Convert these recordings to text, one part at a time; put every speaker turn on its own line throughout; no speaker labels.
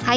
Hi,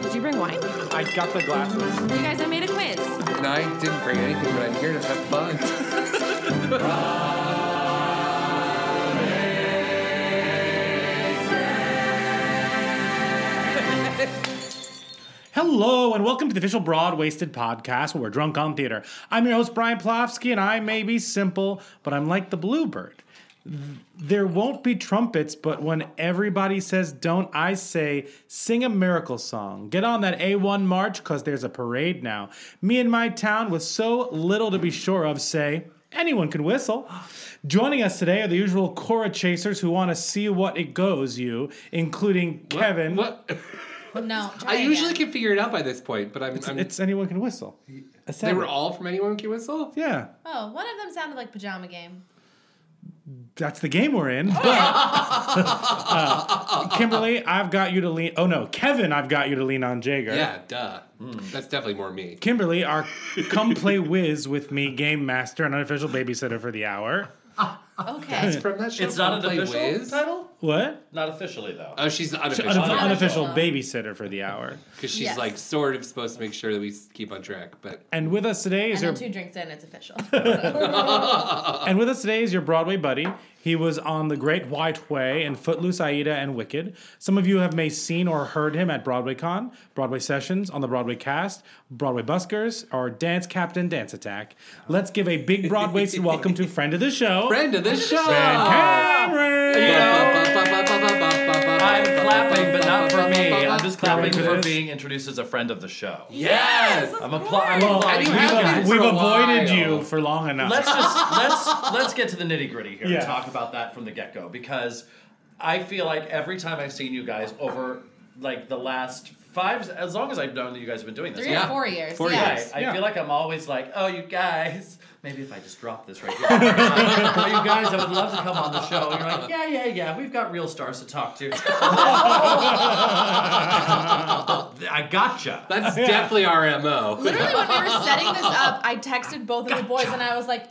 Did you bring wine?
I got the glasses.
You guys, I made a quiz.
And I didn't bring anything, but I'm here to have fun.
Hello, and welcome to the official Broad Wasted podcast where we're drunk on theater. I'm your host, Brian Plofsky, and I may be simple, but I'm like the bluebird. There won't be trumpets, but when everybody says don't, I say sing a miracle song. Get on that A1 march, because there's a parade now. Me and my town, with so little to be sure of, say anyone can whistle. Joining us today are the usual Cora chasers who want to see what it goes, you, including Kevin.
What?
No,
I usually can figure it out by this point, but I'm. I'm
It's anyone can whistle.
they were all from Anyone Can Whistle?
Yeah,
Oh, one of them sounded like pajama game.
that's the game we're in. But Uh, Kimberly, I've got you to lean. Oh no, Kevin, I've got you to lean on Jager.
Yeah, duh. Hmm, That's definitely more me.
Kimberly, our come play whiz with me game master and unofficial babysitter for the hour.
Oh, Okay.
From that show,
It's not an
Play
official
Wiz?
title?
What?
Not officially, though.
Oh, she's the unofficial.
Unof- unofficial babysitter for the hour.
Because she's
Yes.
like sort of supposed to make sure that we s- keep on track, but
And with us today is
And then two
your
drinks in, it's official.
and with us today is your Broadway buddy. He was on The Great White Way and Footloose Aida and Wicked. Some of you have may seen or heard him at BroadwayCon, Broadway Sessions, on the Broadway Cast, Broadway Buskers, or Dance Captain Dance Attack. Let's give a big Broadway welcome to friend of the show,
friend of the show.
Ben Cameron.
I'm
I'm
clapping, but not for me. I'm just clapping
Clapping
for
this.
being introduced as a friend of the show.
Yes.
I'm applying.
Well,
How do you have that
we've
for
we've
a
avoided
while?
you for long enough.
let's just let's let's get to the nitty gritty here
Yeah.
and talk about that from the get go because I feel like every time I've seen you guys over like the last five, as long as I've known that you guys have been doing this,
Three
Yeah.
or four years.
Four
yeah.
years.
I, I
Yeah.
feel like I'm always like, oh, you guys. Maybe if I just drop this right here. oh, you guys, I would love to come on the show. And you're like, yeah, yeah, yeah. We've got real stars to talk to. I gotcha.
That's definitely our mo.
Literally, when we were setting this up, I texted both of the boys and I was like,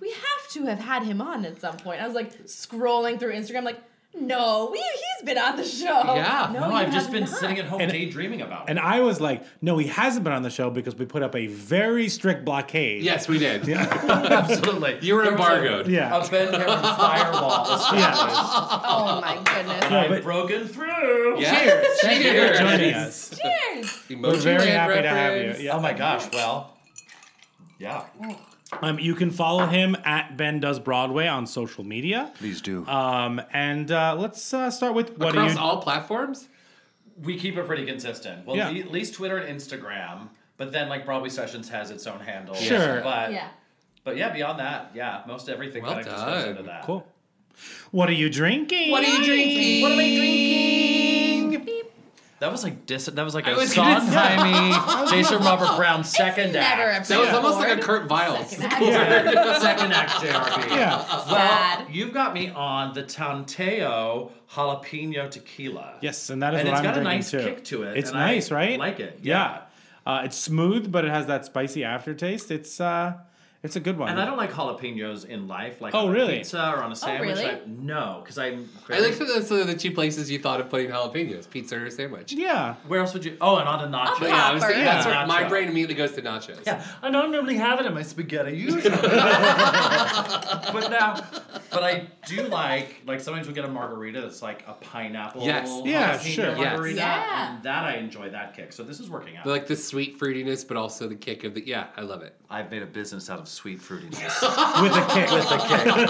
we have to have had him on at some point. I was like scrolling through Instagram, like, no, we, he's been on the show.
Yeah.
No,
oh, No,
you
I've just
have
been
not.
sitting at home daydreaming about it.
and I was like, no, he hasn't been on the show because we put up a very strict blockade.
Yes, we did.
Absolutely.
You were
There was a-
embargoed.
Yeah.
A Ben Cameron firewall. established.
Oh my goodness.
No,
I've
but-
broken through.
Cheers. Cheers.
Thank you for joining us.
Cheers.
We're very happy to have you.
Oh
Yeah.
my gosh. Well, yeah.
Um, you can follow him at Ben Does Broadway on social media. Please do. Um, and uh, let's uh, start with what
Across
do you?
all platforms?
We keep it pretty consistent. Well,
Yeah.
le- at least Twitter and Instagram. But then, like Broadway Sessions has its own handle.
Sure.
Uh,
But
Yeah.
but yeah, beyond that, yeah, most everything
Well
kind of just goes
done.
into that.
cool. What are you drinking?
What are you drinking?
What am I drinking?
That was like dis- That was like a
was gonna
Sondheimi, Jason Robert Brown second
Never
act.
a
That was
bad
almost like a
word.
Kurt Viles.
Second act.
Yeah, second act therapy.
Yeah.
Well,
Sad.
you've got me on the Tanteo jalapeno tequila.
Yes, and that is
And
what
it's
I'm
got a
drinking
nice
too.
kick to it,
It's
and
nice,
I
right?
like it,
Yeah. Uh, it's smooth, but it has that spicy aftertaste. It's uh, It's a good one.
And I don't like jalapenos in life, like
Oh,
on a
really?
pizza or on a sandwich.
really?
I- no, because I'm.
I like that that's one of the two places you thought of putting jalapenos: pizza or sandwich.
Yeah.
Where else would you? Oh, and on a nacho.
But yeah, I was
popper.
thinking, that's
Yeah.
where my
Nacho.
brain immediately goes to nachos.
Yeah, I don't normally have it in my spaghetti usually, but now, but I do like like sometimes we'll get a margarita that's like a pineapple.
Yes.
Yeah,
jalapeno
sure.
Yes.
Margarita,
Yeah.
and that I enjoy that kick. So this is working out.
But like the sweet fruitiness, but also the kick of the yeah, I love it.
I've made a business out of sweet fruitiness
With a kick.
With a kick. and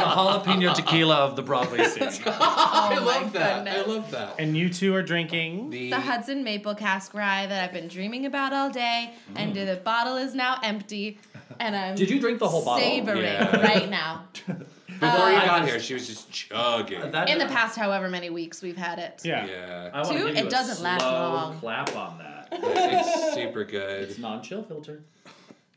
the jalapeno tequila of the Broadway scene.
I
Oh my
love that. I
goodness.
love that.
And you two are drinking
the,
The Hudson Maple Cask Rye that I've been dreaming about all day, and the bottle is now empty, and I'm
Mm. Did you drink the whole bottle?
savoring
Yeah.
right now.
Before you got here, she was just chugging.
In the past, however many weeks we've had it.
Yeah.
yeah.
I wanna
Two,
give
it
you a
doesn't last
slow
long.
Clap on that.
it's super good.
It's non-chill filter.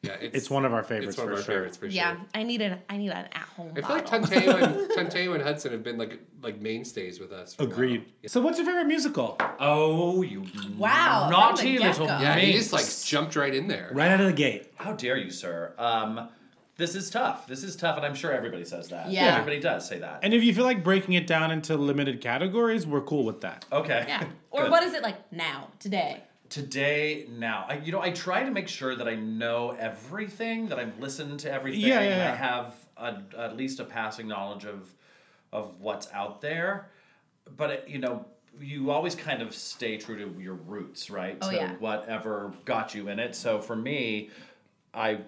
Yeah, it's,
It's one of our favorites
It's one of
for
our
sure.
favorites for
Yeah,
sure.
I need an I need an at home
I feel like
bottle.
Tanteo and Tanteo and Hudson have been like like mainstays with us. for now.
Agreed. So, what's your favorite musical?
Oh, you
Wow, from
naughty
the
little
get-go.
Yeah, he
minx.
just like jumped right in there.
Right out of the gate.
How dare you, sir? Um, this is tough. This is tough, and I'm sure everybody says that.
Yeah. Yeah.
everybody does say that.
And if you feel like breaking it down into limited categories, we're cool with that.
okay.
yeah. Or
Good.
what is it like now today?
Today, now, I, you know, I try to make sure that I know everything, that I've listened to everything,
Yeah, yeah,
and
yeah.
I have a, at least a passing knowledge of of what's out there. But it, you know, you always kind of stay true to your roots, right?
Oh,
so
yeah.
whatever got you in it. So for me, I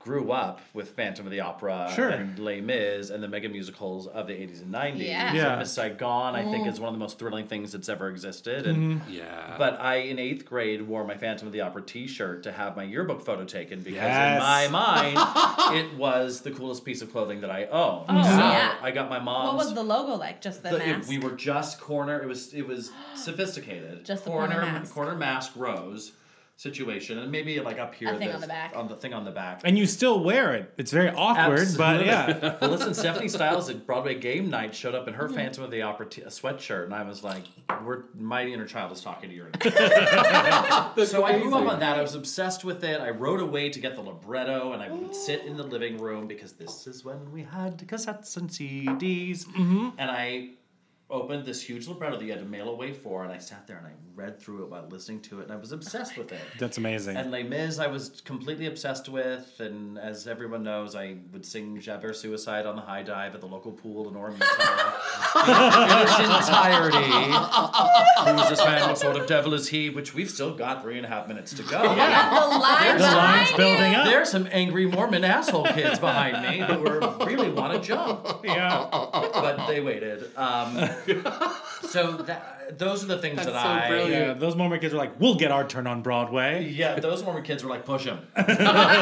grew up with Phantom of the Opera
Sure.
Uh, and Les Mis and the mega musicals of the 80s and 90s.
Yeah. Mm-hmm.
Yeah.
Miss Saigon, I think, is one of the most thrilling things that's ever existed. And
Yeah.
but I, in eighth grade, wore my Phantom of the Opera T-shirt to have my yearbook photo taken because
Yes.
in my mind, it was the coolest piece of clothing that I owned.
Oh,
so
yeah.
I got my
What
mom's.
was the logo like? Just the,
Um, the- it-
mask.
we were just corner. It was it was sophisticated.
Just the
corner
corner mask.
corner mask rose situation, and maybe like up here
A thing on
there's-
the back.
on the thing on the back.
And you still wear it. It's very awkward, but
Absolutely.
yeah.
well, listen, Stephanie Styles at Broadway game night showed up in her Phantom of the Opera t- sweatshirt, and I was like, "We're my inner child is talking to your." Inner child. so I grew up on that. I was obsessed with it. I wrote away to get the libretto, and I would sit in the living room because this is when we had cassettes and CDs,
Mm,
and I opened this huge libretto that you had to mail away for, and I sat there and I read through it while listening to it, and I was obsessed with it.
That's amazing.
And Les Mis, I was completely obsessed with, and as everyone knows, I would sing Javert Suicide on the high dive at the local pool in Ormond. in its entirety. Who is this man? What sort of devil is he? Which we've still got three and a half minutes to go.
the line
the line's building up.
There's some angry Mormon asshole kids behind me that were really want to jump,
Yeah.
but they waited. Um, so that, those are the things that
so
I.
brilliant.
Yeah, those Mormon kids are like, we'll get our turn on Broadway.
Yeah, those Mormon kids were like, push him.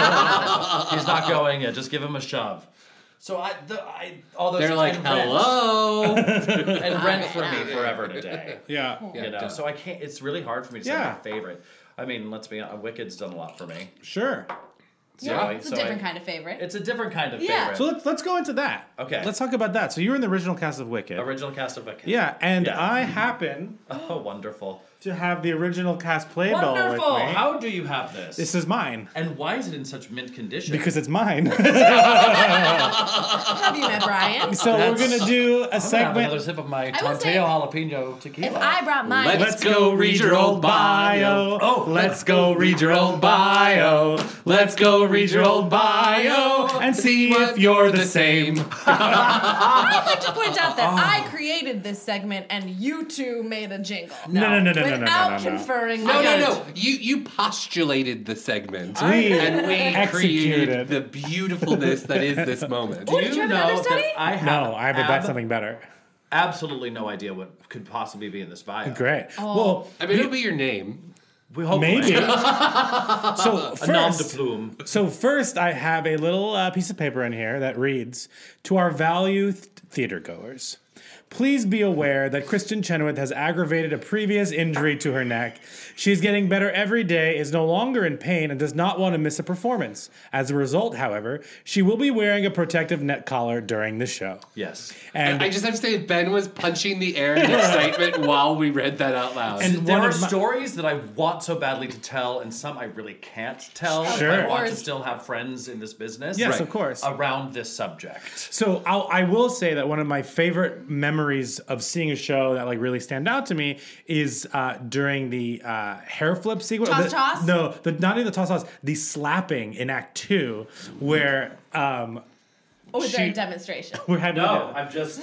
He's not going yet. Just give him a shove. So I, the, I all those
They're like,
and rent-
hello.
and rent for me forever and a day.
Yeah.
You know,
duh.
so I can't. It's really hard for me to say
Yeah.
my favorite. I mean, let's be honest. Wicked's done a lot for me.
Sure.
So
Yeah.
I-
It's a
so
different
I-
kind of favorite.
It's a different kind of
Yeah.
favorite.
So let's let's go into that.
Okay.
Let's talk about that. So you were in the original cast of Wicked.
Original cast of Wicked.
Yeah, and
Yeah.
I happen
Oh, wonderful.
to have the original cast playbill
Wonderful.
with me.
How do you have this?
this is mine
and why is it in such mint condition?
because it's mine.
Have you met Brian?
so we're gonna do a
I'm gonna have
segment.
another sip of my
I will
Tanteo
say-
jalapeno tequila.
If I brought mine,
Let's
Let's go read your old bio.
Oh,
let's go read your old bio. Let's go read your old bio and see if you're the same.
I'd like to point out that
Oh.
I created this segment and you two made a jingle.
No, no, no, no, no, no, no,
Without
no, no.
conferring
No, no,
knowledge.
no. You you postulated the segment.
We
and we
executed.
created the beautifulness that is this moment.
Do
did you have an
know
understudy?
that I have
No, I have
ab-
about something better.
absolutely no idea what could possibly be in this bio.
Great.
Oh.
Well,
I mean, it'll be your name.
We hope
maybe. so
a nom de
first,
plume.
so first, I have a little uh, piece of paper in here that reads to our value th- theater goers. Please be aware that Kristen Chenoweth has aggravated a previous injury to her neck. She is getting better every day, is no longer in pain, and does not want to miss a performance. As a result, however, she will be wearing a protective neck collar during the show.
Yes.
And I just have to say, Ben was punching the air in excitement while we read that out loud.
And there are stories that I want so badly to tell, and some I really can't tell. if
Sure.
I want to
Or-
still have friends in this business.
Yes, Right. of course.
Around this subject.
So I'll, I will say that one of my favorite memories of seeing a show that like really stand out to me is uh, during the uh, hair flip sequence.
Toss
the-
toss?
No, the, not even the toss toss. The slapping in Act Two, where um,
Oh, is there a
She-
demonstration?
we're having
No, I'm just.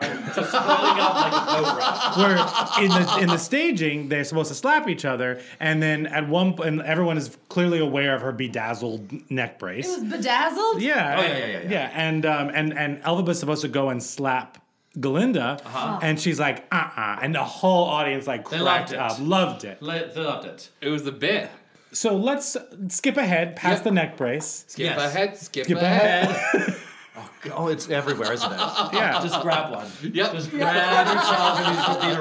I'm just curling up like a cobra.
where in the in the staging they're supposed to slap each other, and then at one po- and everyone is clearly aware of her bedazzled neck brace.
It was bedazzled.
Yeah.
Oh, yeah, yeah, yeah, yeah.
And um, and and Elphaba's supposed to go and slap Galinda,
Uh-huh.
and she's like, uh, uh and the whole audience like
They
cracked
loved it.
up, loved it.
Le- they loved it.
It was the bit.
So let's skip ahead past the neck brace.
Skip ahead, skip,
Skip
ahead.
ahead.
Oh, it's everywhere, isn't it?
Yeah.
Just grab one.
Yep.
Just grab yourself and use the theater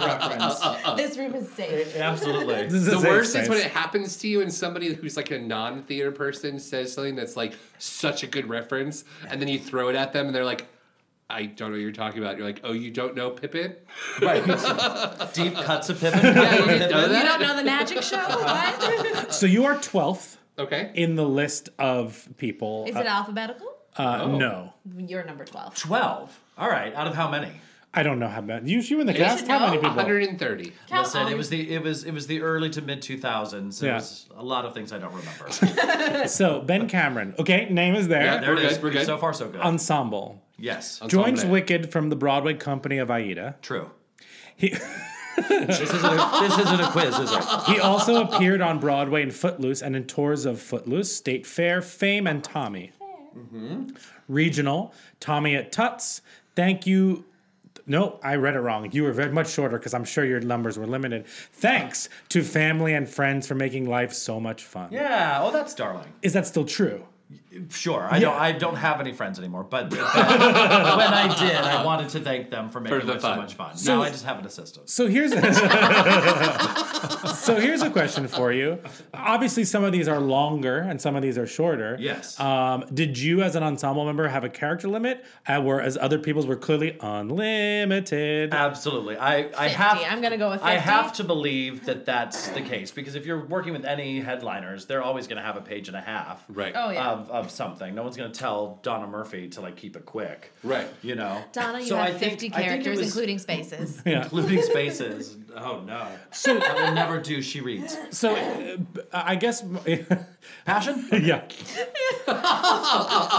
reference.
This room is safe.
Absolutely.
is a
the
safe
worst is when it
space.
happens to you and somebody who's like a non-theater person says something that's like such a good reference, and then you throw it at them and they're like, "I don't know what you're talking about." You're like, "Oh, you don't know Pippin?"
Right. Deep cuts of Pippin.
you didn't know
You
that?
don't know the magic show? What?
So you are twelfth
Okay.
in the list of people.
is
Uh,
it alphabetical?
uh, No,
You're number 12.
12. All right. Out of how many?
I don't know how many. You, you in the cast?
should
How many
know.
people?
130.
Count
Listen,
all
it
your-
was the it was it was the early to mid 2000s. It
Yeah.
was a lot of things I don't remember.
So Ben Cameron. Okay, name is there.
Yeah,
there
We're
it is.
good, we're good. Um,
So far so good.
Ensemble.
yes.
Joins
Ensemble.
Wicked from the Broadway company of Aida.
True.
He,
This isn't a, this isn't a quiz, is it?
he also appeared on Broadway in Footloose and in tours of Footloose, State Fair, Fame, and Tommy. Regional, Tommy at Tuts. Thank you. No, I read it wrong. You were very much shorter because I'm sure your numbers were limited. Thanks to family and friends for making life so much fun.
Yeah. Oh, that's darling.
Is that still true?
Sure. I don't I don't have any friends anymore, but when I did, I wanted to thank them for making
the
it so
fun.
much fun.
So-
now I just have an assistant.
So here's so here's a question for you. Obviously, some of these are longer and some of these are shorter.
Yes.
Uh,
Um, did you, as an ensemble member, have a character limit, uh, whereas other people's were clearly unlimited?
Uh,
Absolutely. I, I have.
I'm gonna go with
I
50.
have to believe that that's the case because if you're working with any headliners, they're always going to have a page and a half.
Right.
Oh, yeah.
Of, of something. No one's going to tell Donna Murphy to like keep it quick.
Right.
You know.
Donna, you
So I
have
think-
50
I think it
characters,
was-
including spaces.
including spaces. Oh no.
So-
I will never do. She reads
So uh, I guess
passion.
yeah.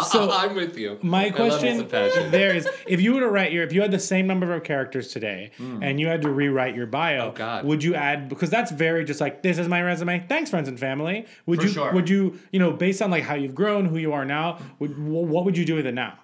So I'm with you.
My
I love this
question
passion.
there is: if you were to write your, if you had the same number of characters today, and you had to rewrite your bio,
Hmm. Oh, God.
would you add? Because that's very just like this is my resume. Thanks, friends and family. Would
For
you?
sure.
Would you? You know, based on like how you've grown, who you are now, would wh- what would you do with it now?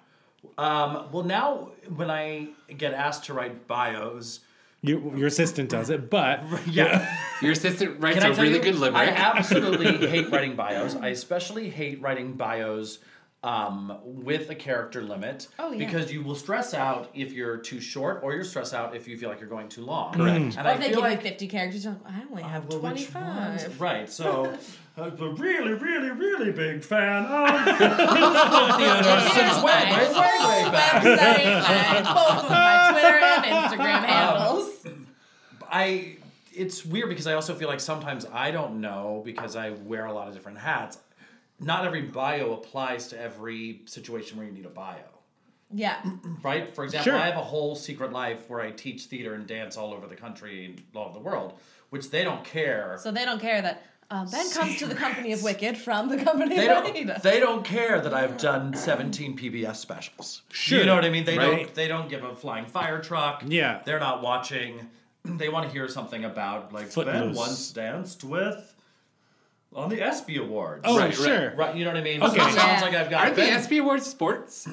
Um, well, now when I get asked to write bios,
Your, your assistant does it, but
yeah.
Your assistant
Can
writes
I
a
tell
really
you,
good limerick.
I absolutely hate writing bios. I especially hate writing bios um, with a character limit
Oh, yeah.
because you will stress out if you're too short, or you'll stress out if you feel like you're going too long.
Correct.
And
Or
I
if they
feel
give
like
you 50 characters, you're like, I only have
well, which ones?
25.
Right. So, I'm a really, really, really big fan of musical theater since way,
my
way, way, way back.
website, my, both of my Twitter and Instagram handles.
I it's weird because I also feel like sometimes I don't know because I wear a lot of different hats. Not every bio applies to every situation where you need a bio.
Yeah.
Right? For example,
Sure.
I have a whole secret life where I teach theater and dance all over the country and all over the world, which they don't care.
So they don't care that uh, Ben comes to the company of Wicked from the company
they
of
don't
Anita.
they don't care that I've done 17 PBS specials. Sure. You know what I mean? They don't they don't give a flying fire truck.
Yeah.
They're not watching. They want to hear something about like Ben
Footloose.
once danced with on the ESPY Awards.
oh
Right, right,
sure.
Right, you know what I mean?
Okay.
So it
Yeah.
sounds like I've got
Aren't the
Ben-
ESPY Awards sports?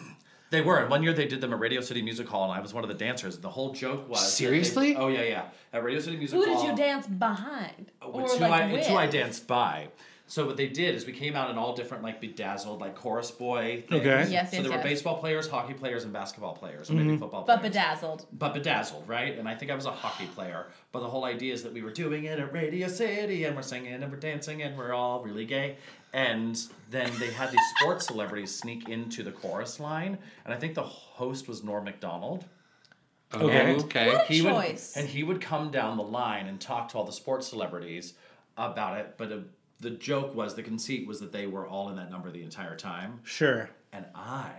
They were. And one year they did them at Radio City Music Hall, and I was one of the dancers. The whole joke was that they-
Seriously?
oh yeah, yeah. At Radio City Music
Who
Hall. uh,
did you dance behind?
It's who, I, it's who I danced by. So what they did is we came out in all different like bedazzled like chorus boy things.
Yes,
Okay.
so
yes,
there
yes.
were baseball players, hockey players, and basketball players, or maybe
Mhm.
football
But
players.
bedazzled.
But bedazzled, right? And I think I was a hockey player. But the whole idea is that we were doing it at Radio City and we're singing and we're dancing and we're all really gay. And then they had these sports celebrities sneak into the chorus line. And I think the host was Norm MacDonald.
Oh, Okay. okay. What a
he would-
choice.
and he would come down the line and talk to all the sports celebrities about it. But uh, the joke was, the conceit was that they were all in that number the entire time.
Sure.
And I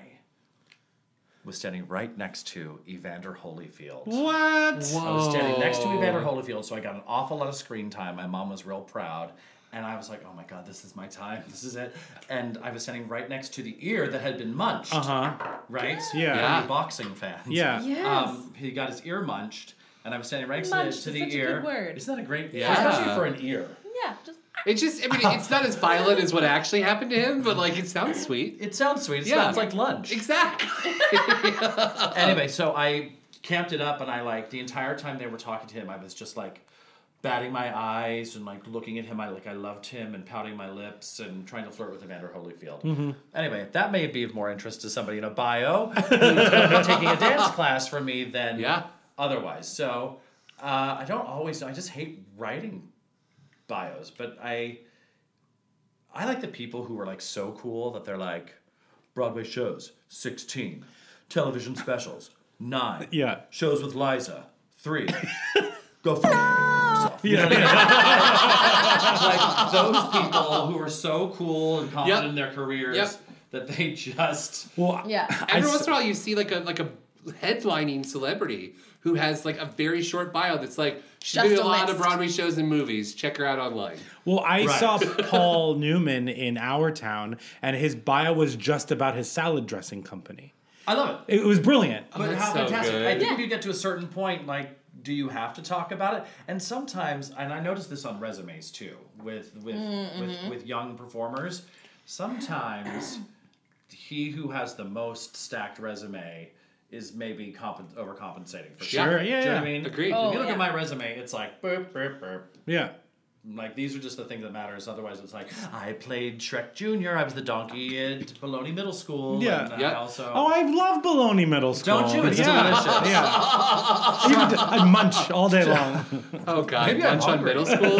was standing right next to Evander Holyfield.
What?
I was standing next to
Whoa.
Evander Holyfield, so I got an awful lot of screen time. My mom was real proud. And I was like, oh my God, this is my time. This is it. And I was standing right next to the ear that had been munched.
Uh huh.
Right?
Yeah.
For any boxing fans.
Yeah. Yes.
Um, he got his ear munched, and I was standing right
Munched
next to
is
the
such a
ear.
good word.
Isn't that a great
Yeah.
Especially for an ear.
Yeah, just
It's just, I mean, it's not as violent as what actually happened to him, but like it sounds sweet.
It sounds sweet. It
Yeah.
sounds like lunch.
Exactly.
anyway, so I camped it up, and I like the entire time they were talking to him, I was just like batting my eyes and like looking at him. I like I loved him and pouting my lips and trying to flirt with Evander Holyfield.
Mhm.
Anyway, that may be of more interest to somebody in a bio who's going to be taking a dance class from me than otherwise. So uh, I don't always. I just hate writing bios, but I I like the people who are like so cool that they're like Broadway shows sixteen, television specials nine,
yeah,
shows with Liza three. Go for yourself. You know what I mean? like those people who are so cool and confident in their careers
Yep.
that they just
well
yeah.
Every once in a while, you see like a like a headlining celebrity who has like a very short bio that's like she's
Just
been in
a
a lot of
list.
Broadway shows and movies. Check her out online.
Well, I
Right.
saw Paul Newman in Our Town, and his bio was just about his salad dressing company.
I love
It was brilliant.
But how fantastic! I think if you get to a certain point, like, do you have to talk about it? And sometimes, and I noticed this on resumes too, with with
Mhm.
with, with young performers. Sometimes, he who has the most stacked resume is maybe compen- overcompensating for
Sure,
something.
yeah,
Do you know
yeah.
what I mean,
Agreed.
if
Oh,
you look
yeah.
at my resume, it's like burp burp burp.
Yeah.
Like these are just the things that matters. Otherwise, it's like I played Shrek Junior. I was the donkey at Bologna Middle School.
Yeah.
and I also
Oh, I love bologna middle school.
don't you? It's
yeah.
delicious.
Yeah. Even- I munch all day long.
Oh God,
Maybe I'm
lunch on
hungry.
middle school.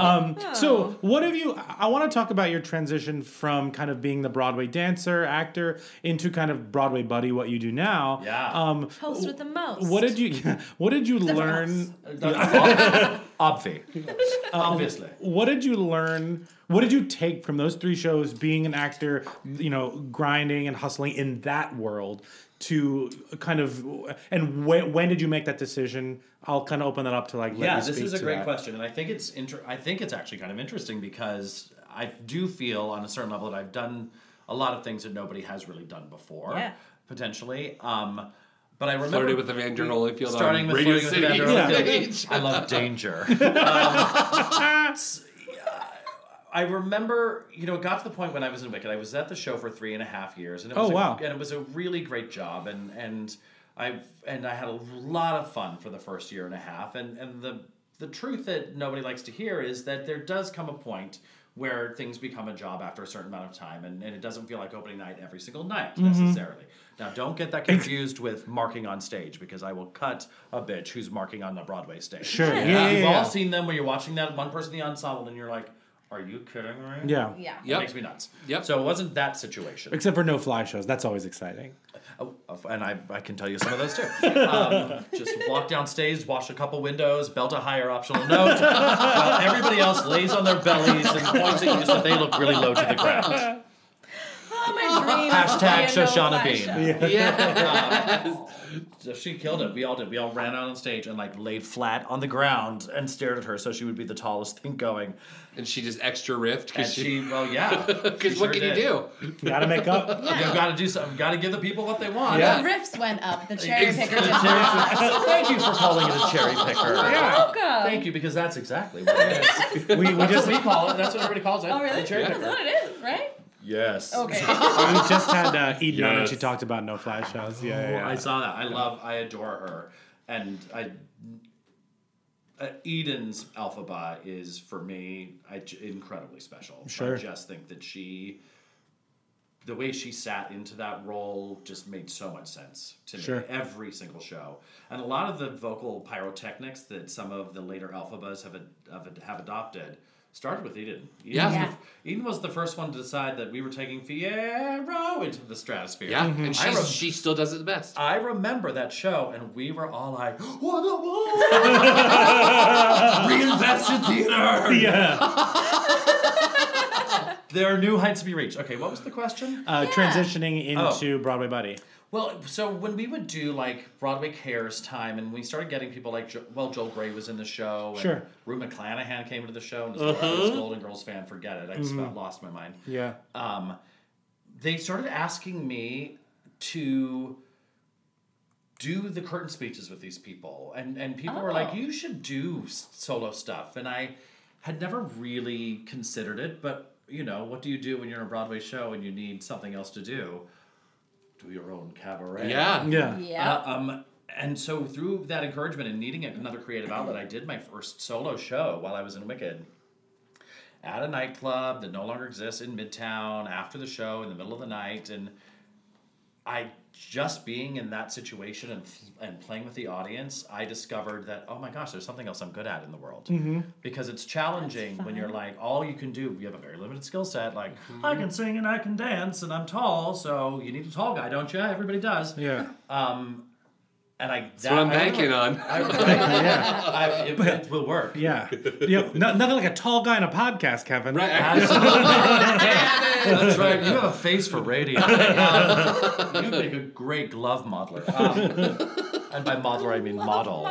um, so, what have you? I want to talk about your transition from kind of being the Broadway dancer, actor, into kind of Broadway buddy, what you do now. Yeah. Um,
Host with the most.
what did you? What did you learn?
Obvi.
Um,
Obviously.
What did you learn? What did you take from those three shows, being an actor, you know, grinding and hustling in that world, to kind of, and when, when did you make that decision? I'll kind of open that up to like. let
yeah,
you
this
speak
is a
to
great
that.
question, and I think it's inter- I think it's actually kind of interesting because I do feel on a certain level that I've done a lot of things that nobody has really done before,
Yeah.
potentially. Um, but I remember
Flirted with Evander Holyfield on
starting with
Radio
flirting with
City.
Evander Holyfield.
Yeah.
I love danger. Um, I remember, you know, it got to the point when I was in Wicked. I was at the show for three and a half years, and it
Oh,
was a-
wow.
and it was a really great job, and and I and I had a lot of fun for the first year and a half, and and the the truth that nobody likes to hear is that there does come a point where things become a job after a certain amount of time, and, and it doesn't feel like opening night every single night
Mhm.
necessarily. Now, don't get that confused with marking on stage because I will cut a bitch who's marking on the Broadway stage.
Sure. Yeah, yeah,
You've
yeah,
all
yeah.
seen them where you're watching that one person in the ensemble, and you're like, "Are you kidding me?"
Yeah. Yeah.
It
Yep.
makes me nuts. Yep. So it wasn't that situation.
Except for no fly shows, that's always exciting.
Oh, and I, I can tell you some of those too. Um, just walk downstairs, wash a couple windows, belt a higher optional note, while everybody else lays on their bellies and points at you so they look really low to the ground.
Oh, my dream is to be a
Hashtag
no
Shoshana
fly
Bean.
show.
Um, so she killed it. We all did. We all ran out on stage and like laid flat on the ground and stared at her so she would be the tallest thing going.
And she just extra riffed
because she, well, yeah.
Because
She
what
sure
can
did.
you do?
Gotta make up.
You gotta do something. Gotta give the people what they want.
The riffs went up. The cherry picker
The
did
cherry picker.
not.
Thank you for calling it a cherry picker.
You're Yeah. welcome.
Thank you because that's exactly what it is.
we, we
that's
just-
what we call it. That's what everybody calls it.
Oh, really?
A cherry
That's
picker.
what it is, right?
Yes.
Okay.
we just had uh, Eden on and
Yes.
she talked about no fly shows. Yeah,
Oh,
yeah, yeah.
I saw that. I love. I adore her, and I. uh, Eden's Alphaba is for me I j- incredibly special.
Sure.
I just think that she, the way she sat into that role, just made so much sense to me.
Sure.
Every single show, and a lot of the vocal pyrotechnics that some of the later Alphabas have ad- have, ad- have adopted started with Eden. Eden
Yeah.
was the
Yeah.
f- Eden was the first one to decide that we were taking Fierro into the stratosphere.
Yeah, and
Mm-hmm. I
she's,
re-
she still does it the best.
I remember that show, and we were all like, "What a Reinvested theater.
Yeah.
there are new heights to be reached. Okay, what was the question?
Uh, Transitioning
Oh.
into Broadway Buddy.
Well, so when we would do like Broadway Cares time, and we started getting people like, Jo- well, Joel Gray was in the show, and
Sure.
Rue McClanahan came into the show, and as
Uh-huh.
well as Golden Girls fan, forget it. I just
Mhm.
about lost my mind.
Yeah.
um, they started asking me to do the curtain speeches with these people and and people were like
Oh.
you should do s- solo stuff and i had never really considered it but you know what do you do when you're in a broadway show and you need something else to do do your own cabaret
Yeah. Yeah. Yeah.
Uh, um and so through that encouragement and needing another creative outlet i did my first solo show while i was in wicked at a nightclub that no longer exists in Midtown after the show in the middle of the night. And I just being in that situation and, and playing with the audience, I discovered that, oh my gosh, there's something else I'm good at in the world.
Mhm.
Because it's challenging when you're like, all you can do, you have a very limited skill set. Like, I can sing and I can dance and I'm tall, so you need a tall guy, don't you? Everybody does.
Yeah.
Um, and I
That's what I'm
I don't
banking
know.
on.
I,
Yeah.
I- it, it will work.
Yeah. yeah. No, nothing like a tall guy in a podcast, Kevin. Right.
That's right. You have a face for radio. Um, you make a great glove modeler. Um, and by modeler, I mean model.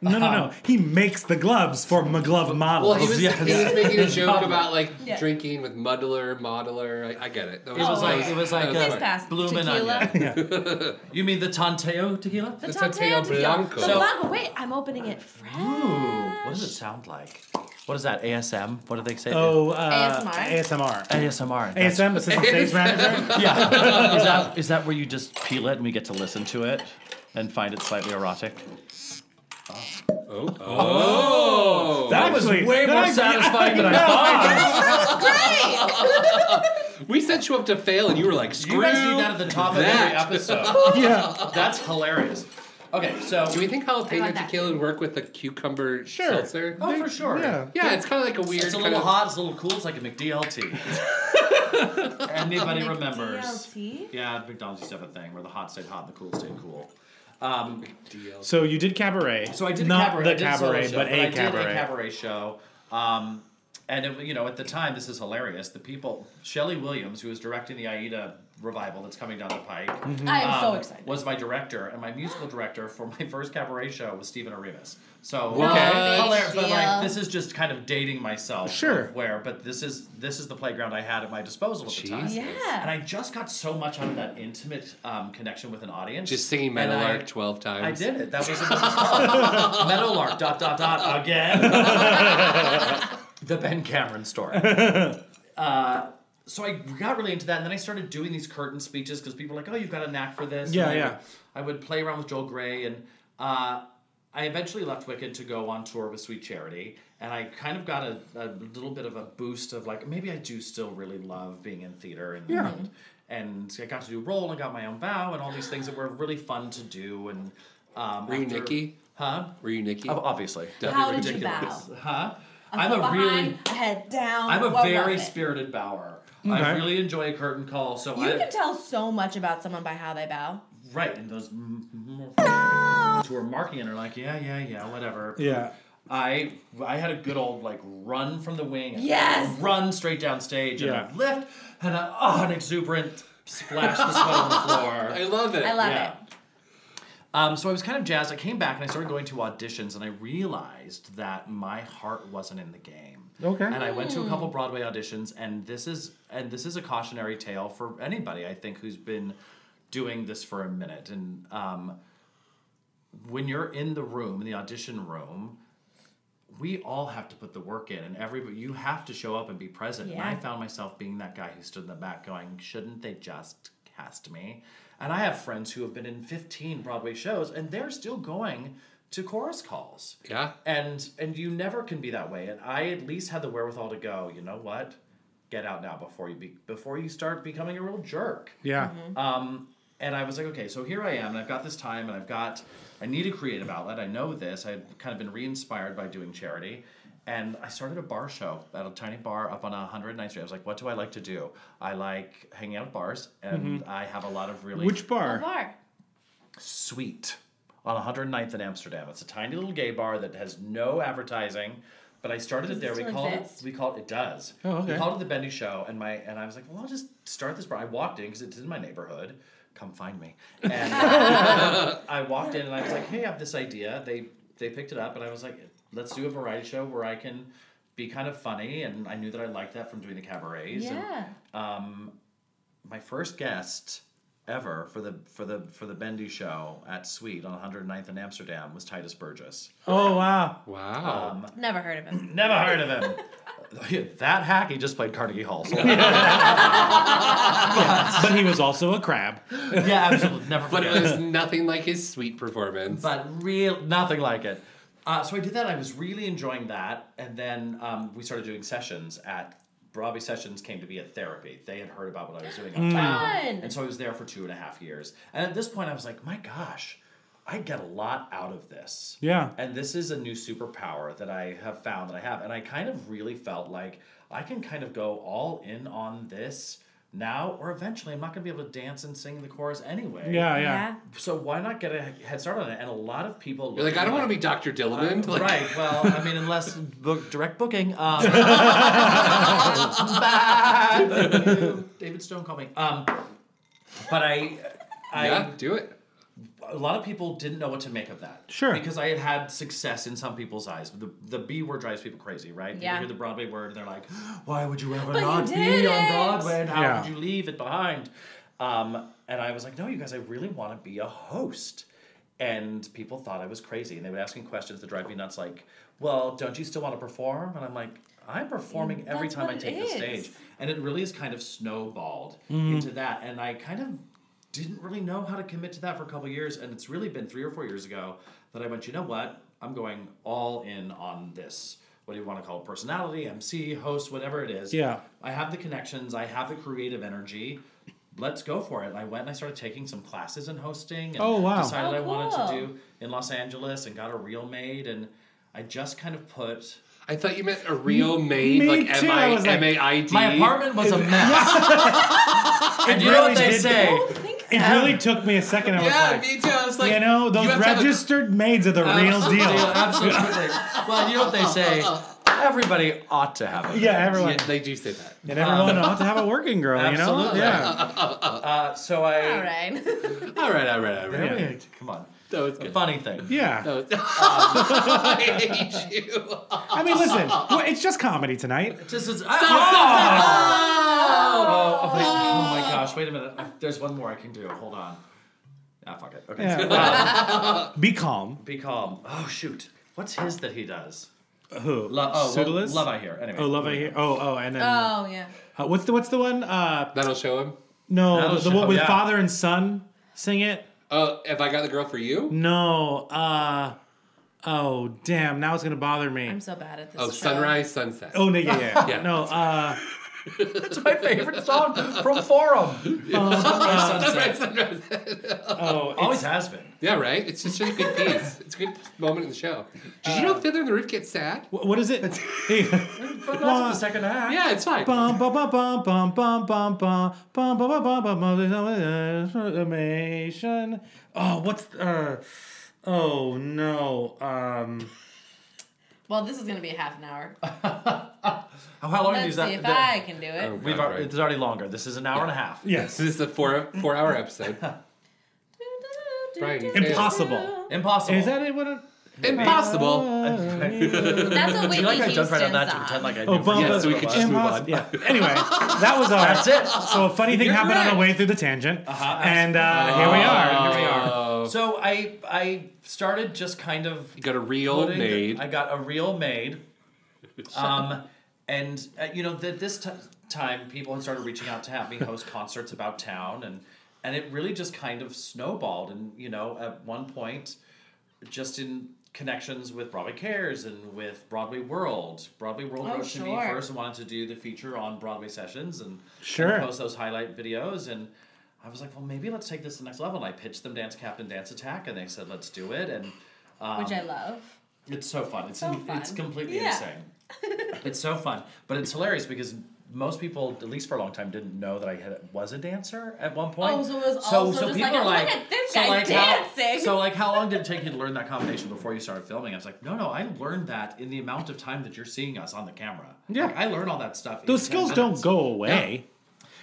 No, no, no. He makes the gloves for McGlove models.
Well, he was, he was making a joke
Model.
about like
Yeah.
drinking with muddler, modeler. I, I get it. That
It was like it was like uh,
that
a
funny.
pass
bloomin'
tequila.
onion. you mean the Tanteo tequila?
The Tanteo Blanco. The Blanco. Wait, I'm opening it fresh.
Ooh, what does it sound like? What is that? ASM? What do they say?
Oh, uh, ASMR.
ASMR. that's-
ASM, assistant stage manager.
yeah. Is that is that where you just peel it and we get to listen to it and find it slightly erotic?
Oh.
Oh. That was
Actually,
way
that
more
actually-
satisfying than I
No,
thought.
we sent you up to fail, and you were like, "Screw
You guys need that at the top
that."
of every episode. That's hilarious. Okay, so
do we think
I want
jalapeno
that.
tequila would work with a cucumber
Sure.
seltzer?
Oh, for sure.
Yeah, it's kind of like a weird.
It's a
kind
little
of-
hot. It's a little cool. It's like a McDLT. Anybody remembers?
McDLT?
Yeah, McDonald's used to have a thing where the hot stayed hot and the cool stayed cool. Um,
So you did cabaret.
so I did a
not
cabaret, I
the
did a solo
cabaret,
show,
but,
I
a
did
cabaret.
a cabaret show. Um, and it, you know, at the time, this is hilarious. The people, Shelley Williams, who is directing the Aida revival that's coming down the pike,
Mhm. I
um,
am so excited.
Was my director and my musical director for my first cabaret show was Stephen Arribas. So
Oh,
No Okay. big
hilarious, but
deal.
like this is just kind of dating myself.
Sure.
of Where, but this is this is the playground I had at my disposal at the time.
Jesus. Yeah.
And I just got so much out of that intimate um, connection with an audience.
Just singing
And I-
Meadowlark 12 times.
I did it. That was a Meadowlark dot dot dot again. the Ben Cameron story. Uh, so I got really into that, and then I started doing these curtain speeches because people were like, "Oh, you've got a knack for this."
Yeah,
And I
yeah.
would- I would play around with Joel Gray, and uh, I eventually left Wicked to go on tour with Sweet Charity, and I kind of got a, a little bit of a boost of like, maybe I do still really love being in theater, and
Yeah.
and, and I got to do role and got my own bow and all these things that were really fun to do, and um,
Were you
after-
Nikki?
Huh?
Were you Nikki?
Obviously.
How did you bow?
Huh?
A
I'm
foot
a really
behind, a head down.
I'm a
What was
very
it?
spirited bower.
Okay.
I really enjoy a curtain call, so
You
I
can tell so much about someone by how they bow.
right and those m- m- who are marking it are like yeah yeah yeah whatever
Yeah.
I I had a good old like run from the wing and
Yes!
run straight down stage and
Yeah.
a lift and a, oh, an exuberant splash the sweat on the floor
I love it.
I love
Yeah. Um, so I was kind of jazzed. I came back and I started going to auditions, and I realized that my heart wasn't in the game.
Okay.
And I went to a
Hmm.
couple Broadway auditions, and this is and this is a cautionary tale for anybody I think who's been doing this for a minute. And um, when you're in the room, in the audition room, we all have to put the work in, and everybody you have to show up and be present. And I
Yeah.
found myself being that guy who stood in the back, going, "Shouldn't they just cast me?" And I have friends who have been in 15 Broadway shows, and they're still going to chorus calls.
Yeah.
And and you never can be that way. And I at least had the wherewithal to go, you know what? Get out now before you be before you start becoming a real jerk.
Yeah.
Um, and I was like, okay, so here I am, and I've got this time, and I've got, I need a creative outlet. I know this. I've kind of been re-inspired by doing charity, and I started a bar show at a tiny bar up on 109th Street. I was like, what do I like to do? I like hanging out at bars, and I have a lot of really
Which bar?
bar?
Sweet on 109th in Amsterdam. It's a tiny little gay bar that has no advertising. But I started
Does
it
it
there. We
still
called
exist?
it. We called it does.
Oh, okay.
We called it the Bendy Show, and my and I was like, well, I'll just start this bar. I walked in because it's in my neighborhood. Come find me. And uh, I walked in and I was like, hey, I have this idea. They they picked it up and I was like, let's do a variety show where I can be kind of funny. And I knew that I liked that from doing the cabarets. And
Yeah.
um, my first guest ever for the for the for the Bendy show at Sweet on 109th in Amsterdam was Titus Burgess.
Oh wow.
Wow.
Um,
Never heard of him.
never heard of him. that hack he just played Carnegie Hall. So
But he was also a crab.
yeah, absolutely. Never
But it
forget.
was nothing like his sweet performance.
But real, nothing like it. Uh, so I did that. I was really enjoying that, and then um, we started doing sessions at. Robbie Sessions came to be at therapy. They had heard about what I was doing on
Fun.
and so I was there for two and a half years. And at this point, I was like, my gosh, I get a lot out of this.
Yeah.
And this is a new superpower that I have found that I have. And I kind of really felt like I can kind of go all in on this now or eventually. I'm not going to be able to dance and sing the chorus anyway.
Yeah, yeah. Yeah.
So why not get a head start on it? And a lot of people.
You're like, I don't want to be Dr. Dilliman. Like,
Right. Well, I mean, unless book, direct booking. Um, bad. David Stone called me. Um, but I, I
yeah, do it.
a lot of people didn't know what to make of that.
Sure.
Because I had had success in some people's eyes. The, the B word drives people crazy, right?
Yeah.
People hear the Broadway word and they're like, why would you ever
But you
not
did
be on
it!"
Broadway and how
Yeah.
would you leave it behind? Um, and I was like, no, you guys, I really want to be a host. And people thought I was crazy and they would ask me questions that drive me nuts like, well, don't you still want to perform? And I'm like, I'm performing every
Mm, That's
time I
what it
take the
is.
stage. And it really is kind of snowballed
Mm.
into that. And I kind of didn't really know how to commit to that for a couple years. And it's really been three or four years ago that I went, you know what? I'm going all in on this. What do you want to call it? Personality, MC, host, whatever it is.
Yeah.
I have the connections, I have the creative energy. Let's go for it. And I went and I started taking some classes in hosting and
Oh, wow.
decided
Oh,
I wanted to
cool.
do in Los Angeles and got a real maid. And I just kind of put
I thought you meant a real maid,
me
like
too, I was like,
M-I-M-A-I-D.
My apartment was a mess. and you know
really
what they
did.
say?
It really took me a second. I was
Yeah,
like,
me too. I was like,
you know, those
you have to have a-
registered maids are the real
Absolutely,
deal.
Absolutely. well, you know what they say? Everybody ought to have it.
Yeah, everyone.
Yeah, they do say that.
And everyone ought to have a working girl, you know?
Um, Absolutely.
Yeah.
Uh, so I.
All right.
All right, all right, all right.
Yeah.
Come on.
That was good.
Funny thing.
Yeah.
That was, I hate you.
I mean, listen, well, it's just comedy tonight.
Just as, I, oh! Oh, wait, oh my gosh! Wait a minute. I- There's one more I can do. Hold on. Ah, fuck it. Okay.
Yeah. Be calm.
Be calm. Oh shoot. What's his that he does?
Who?
Lo- oh, well,
Pseudolus?
love I hear. Anyway.
Oh, love I hear. Oh, oh, and then
Oh yeah.
uh, what's the what's the one? Uh,
That'll show him.
no,
That'll
the one
show,
with
yeah.
father and son sing it.
Oh, if I got the girl for you?
No, uh, oh damn, now it's gonna bother me.
I'm so bad at this.
Oh,
show.
sunrise, sunset.
oh, no, yeah, yeah,
Yeah.
No, uh,
It's my favorite song from Forum.
Uh,
sunrise, sunrise.
oh, it's-
Always has been.
yeah, right. It's just a good piece. It's a good moment in the show. Did you know Fiddler on the Roof gets sad?
wh- Uh, what is it?
But
Wha-
that's the second half.
Yeah, it's fine.
Bum, bum, bum, bum, bum, bum, bum, bum, bum, bum, bum, bum, bum, bum, bum, transformation. Oh, what's uh? Oh no, um,
Well, this is gonna be half an hour.
How, how long
Let's
is
see
that?
if
that-
I can do it.
Oh,
We've
God,
al-
right.
it's already longer. This is an hour and a half.
yes,
This is a four four hour episode. Brian,
impossible.
Impossible.
Is that it? What? it-
Impossible.
That's a Whitney
You like I
Houston
jumped right on that to
song.
pretend like I knew.
Oh,
for
bum,
sure
Yeah,
bum,
so we could
what
just
it was.
move on.
impossible. Yeah. Anyway, that was our.
That's it.
So a funny thing
You're
happened on
correct.
the way through the tangent, and uh, here we are.
Here we
Oh.
are. So I I started just kind of
You got a real
putting-
maid.
I got a real maid. Um, and uh, you know that this t- time people had started reaching out to have me host concerts about town, and and it really just kind of snowballed. And you know, at one point, just in connections with Broadway Cares and with Broadway World. Broadway World
Oh,
wrote to me
sure.
first and wanted to do the feature on Broadway sessions and
Sure.
and post those highlight videos and I was like, well, maybe let's take this to the next level. And I pitched them Dance Captain Dance Attack, and they said, let's do it. And um,
which I love.
It's so fun. It's
So
in- it's
fun.
completely
Yeah.
insane it's so fun, but it's hilarious because most people, at least for a long time, didn't know that I had, was a dancer at one point.
Oh, so it was also just like, oh, "Look at this guy
How,
dancing."
so like, how long did it take you to learn that combination before you started filming? I was like, no, no, I learned that in the amount of time that you're seeing us on the camera.
Yeah.
Like, I learned all that stuff. in
Those
10
skills
minutes.
don't go away.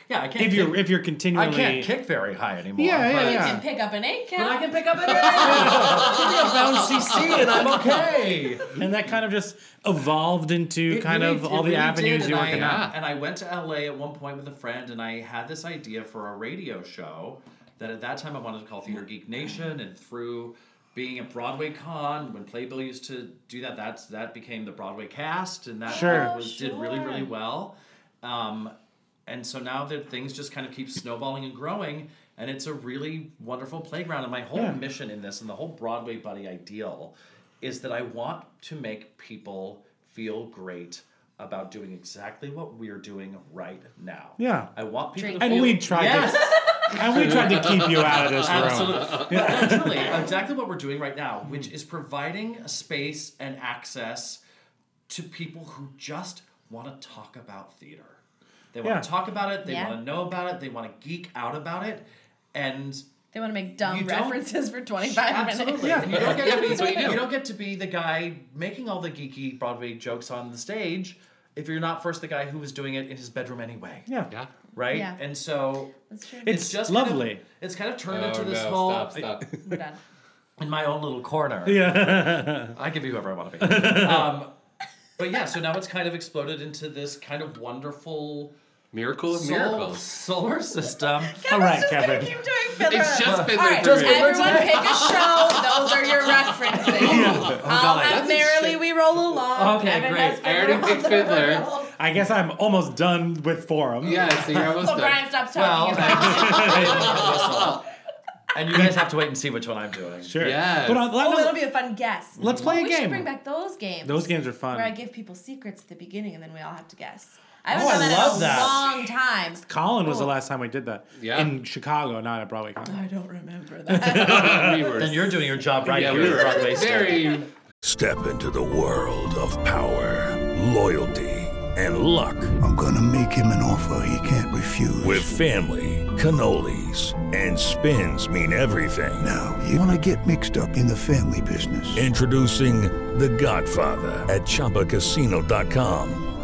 Yeah, I can't.
if you're
kick-
if you're continually
I can't kick very high anymore.
Yeah, yeah,
but-
You can pick up an eight count.
I can pick up an
eight.
Give me a round CC and I'm okay.
And that kind of just evolved into
It
kind
really-
of
it
all the
really
avenues
did,
you were
and
working
I, uh,
on.
And I went to LA at one point with a friend, and I had this idea for a radio show that at that time I wanted to call Theater Geek Nation. And through being at Broadway Con, when Playbill used to do that, that's that became the Broadway cast, and that
Sure.
Oh,
was, did really really well. Um, and so now that things just kind of keep snowballing and growing. And it's a really wonderful playground. And my whole
Yeah.
mission in this and the whole Broadway Buddy ideal is that I want to make people feel great about doing exactly what we're doing right now.
Yeah.
I want people
Drink.
to
And
feel,
we tried to- and we tried to keep you out of this room.
Absolutely.
Yeah.
But Truly, exactly what we're doing right now, which is providing a space and access to people who just want to talk about theater. They want
Yeah.
to talk about it, they
Yeah.
want to know about it, they want to geek out about it, and
They want to make dumb
You don't-
references for 25
Absolutely.
minutes.
And You, don't
Yeah,
get
but it's
to
what
be,
you do.
you don't get to be the guy making all the geeky Broadway jokes on the stage if you're not first the guy who was doing it in his bedroom anyway.
Yeah.
Yeah.
Right?
Yeah.
And so
That's true.
It's
kind of-
lovely.
it's kind of turned
Oh,
into this
no,
whole
stop, stop.
We're done.
in my own little corner.
Yeah.
I can be whoever I want to be. Um, but yeah, so now it's kind of exploded into this kind of wonderful
miracle
of
miracles.
solar system.
All right, Kevin.
Keep doing filler.
It's just
All
filler
right,
for me.
everyone
Just
pick
filler
a show. Those are your references. I'll
Oh,
golly.
have
That's a
merrily we roll along. Kevin has filler on the roll.
I guess I'm almost done with Forum.
Yeah, so you're
almost Well, done. Brian, stop talking Well,
and you guys have to wait and see which one I'm doing.
Sure. Yes. But on- let-
Oh, it'll be a fun guess.
Let's play a
we
game.
should bring back those games.
Those games are fun.
Where I give people secrets at the beginning and then we all have to guess. I haven't
Oh, I
done that in
love
a
that.
long time.
Colin was the last time we did that.
Yeah.
In Chicago, not at Broadway. Con.
Oh. I don't remember
that.
then you're doing your job right.
Yeah,
here
we
at
were
Broadway State.
very-
Step into the world of power, loyalty, and luck. I'm going to make him an offer he can't refuse. With family, cannolis, and spins mean everything. Now,
You want to get mixed up in the family business.
introducing The Godfather at ChumbaCasino.com.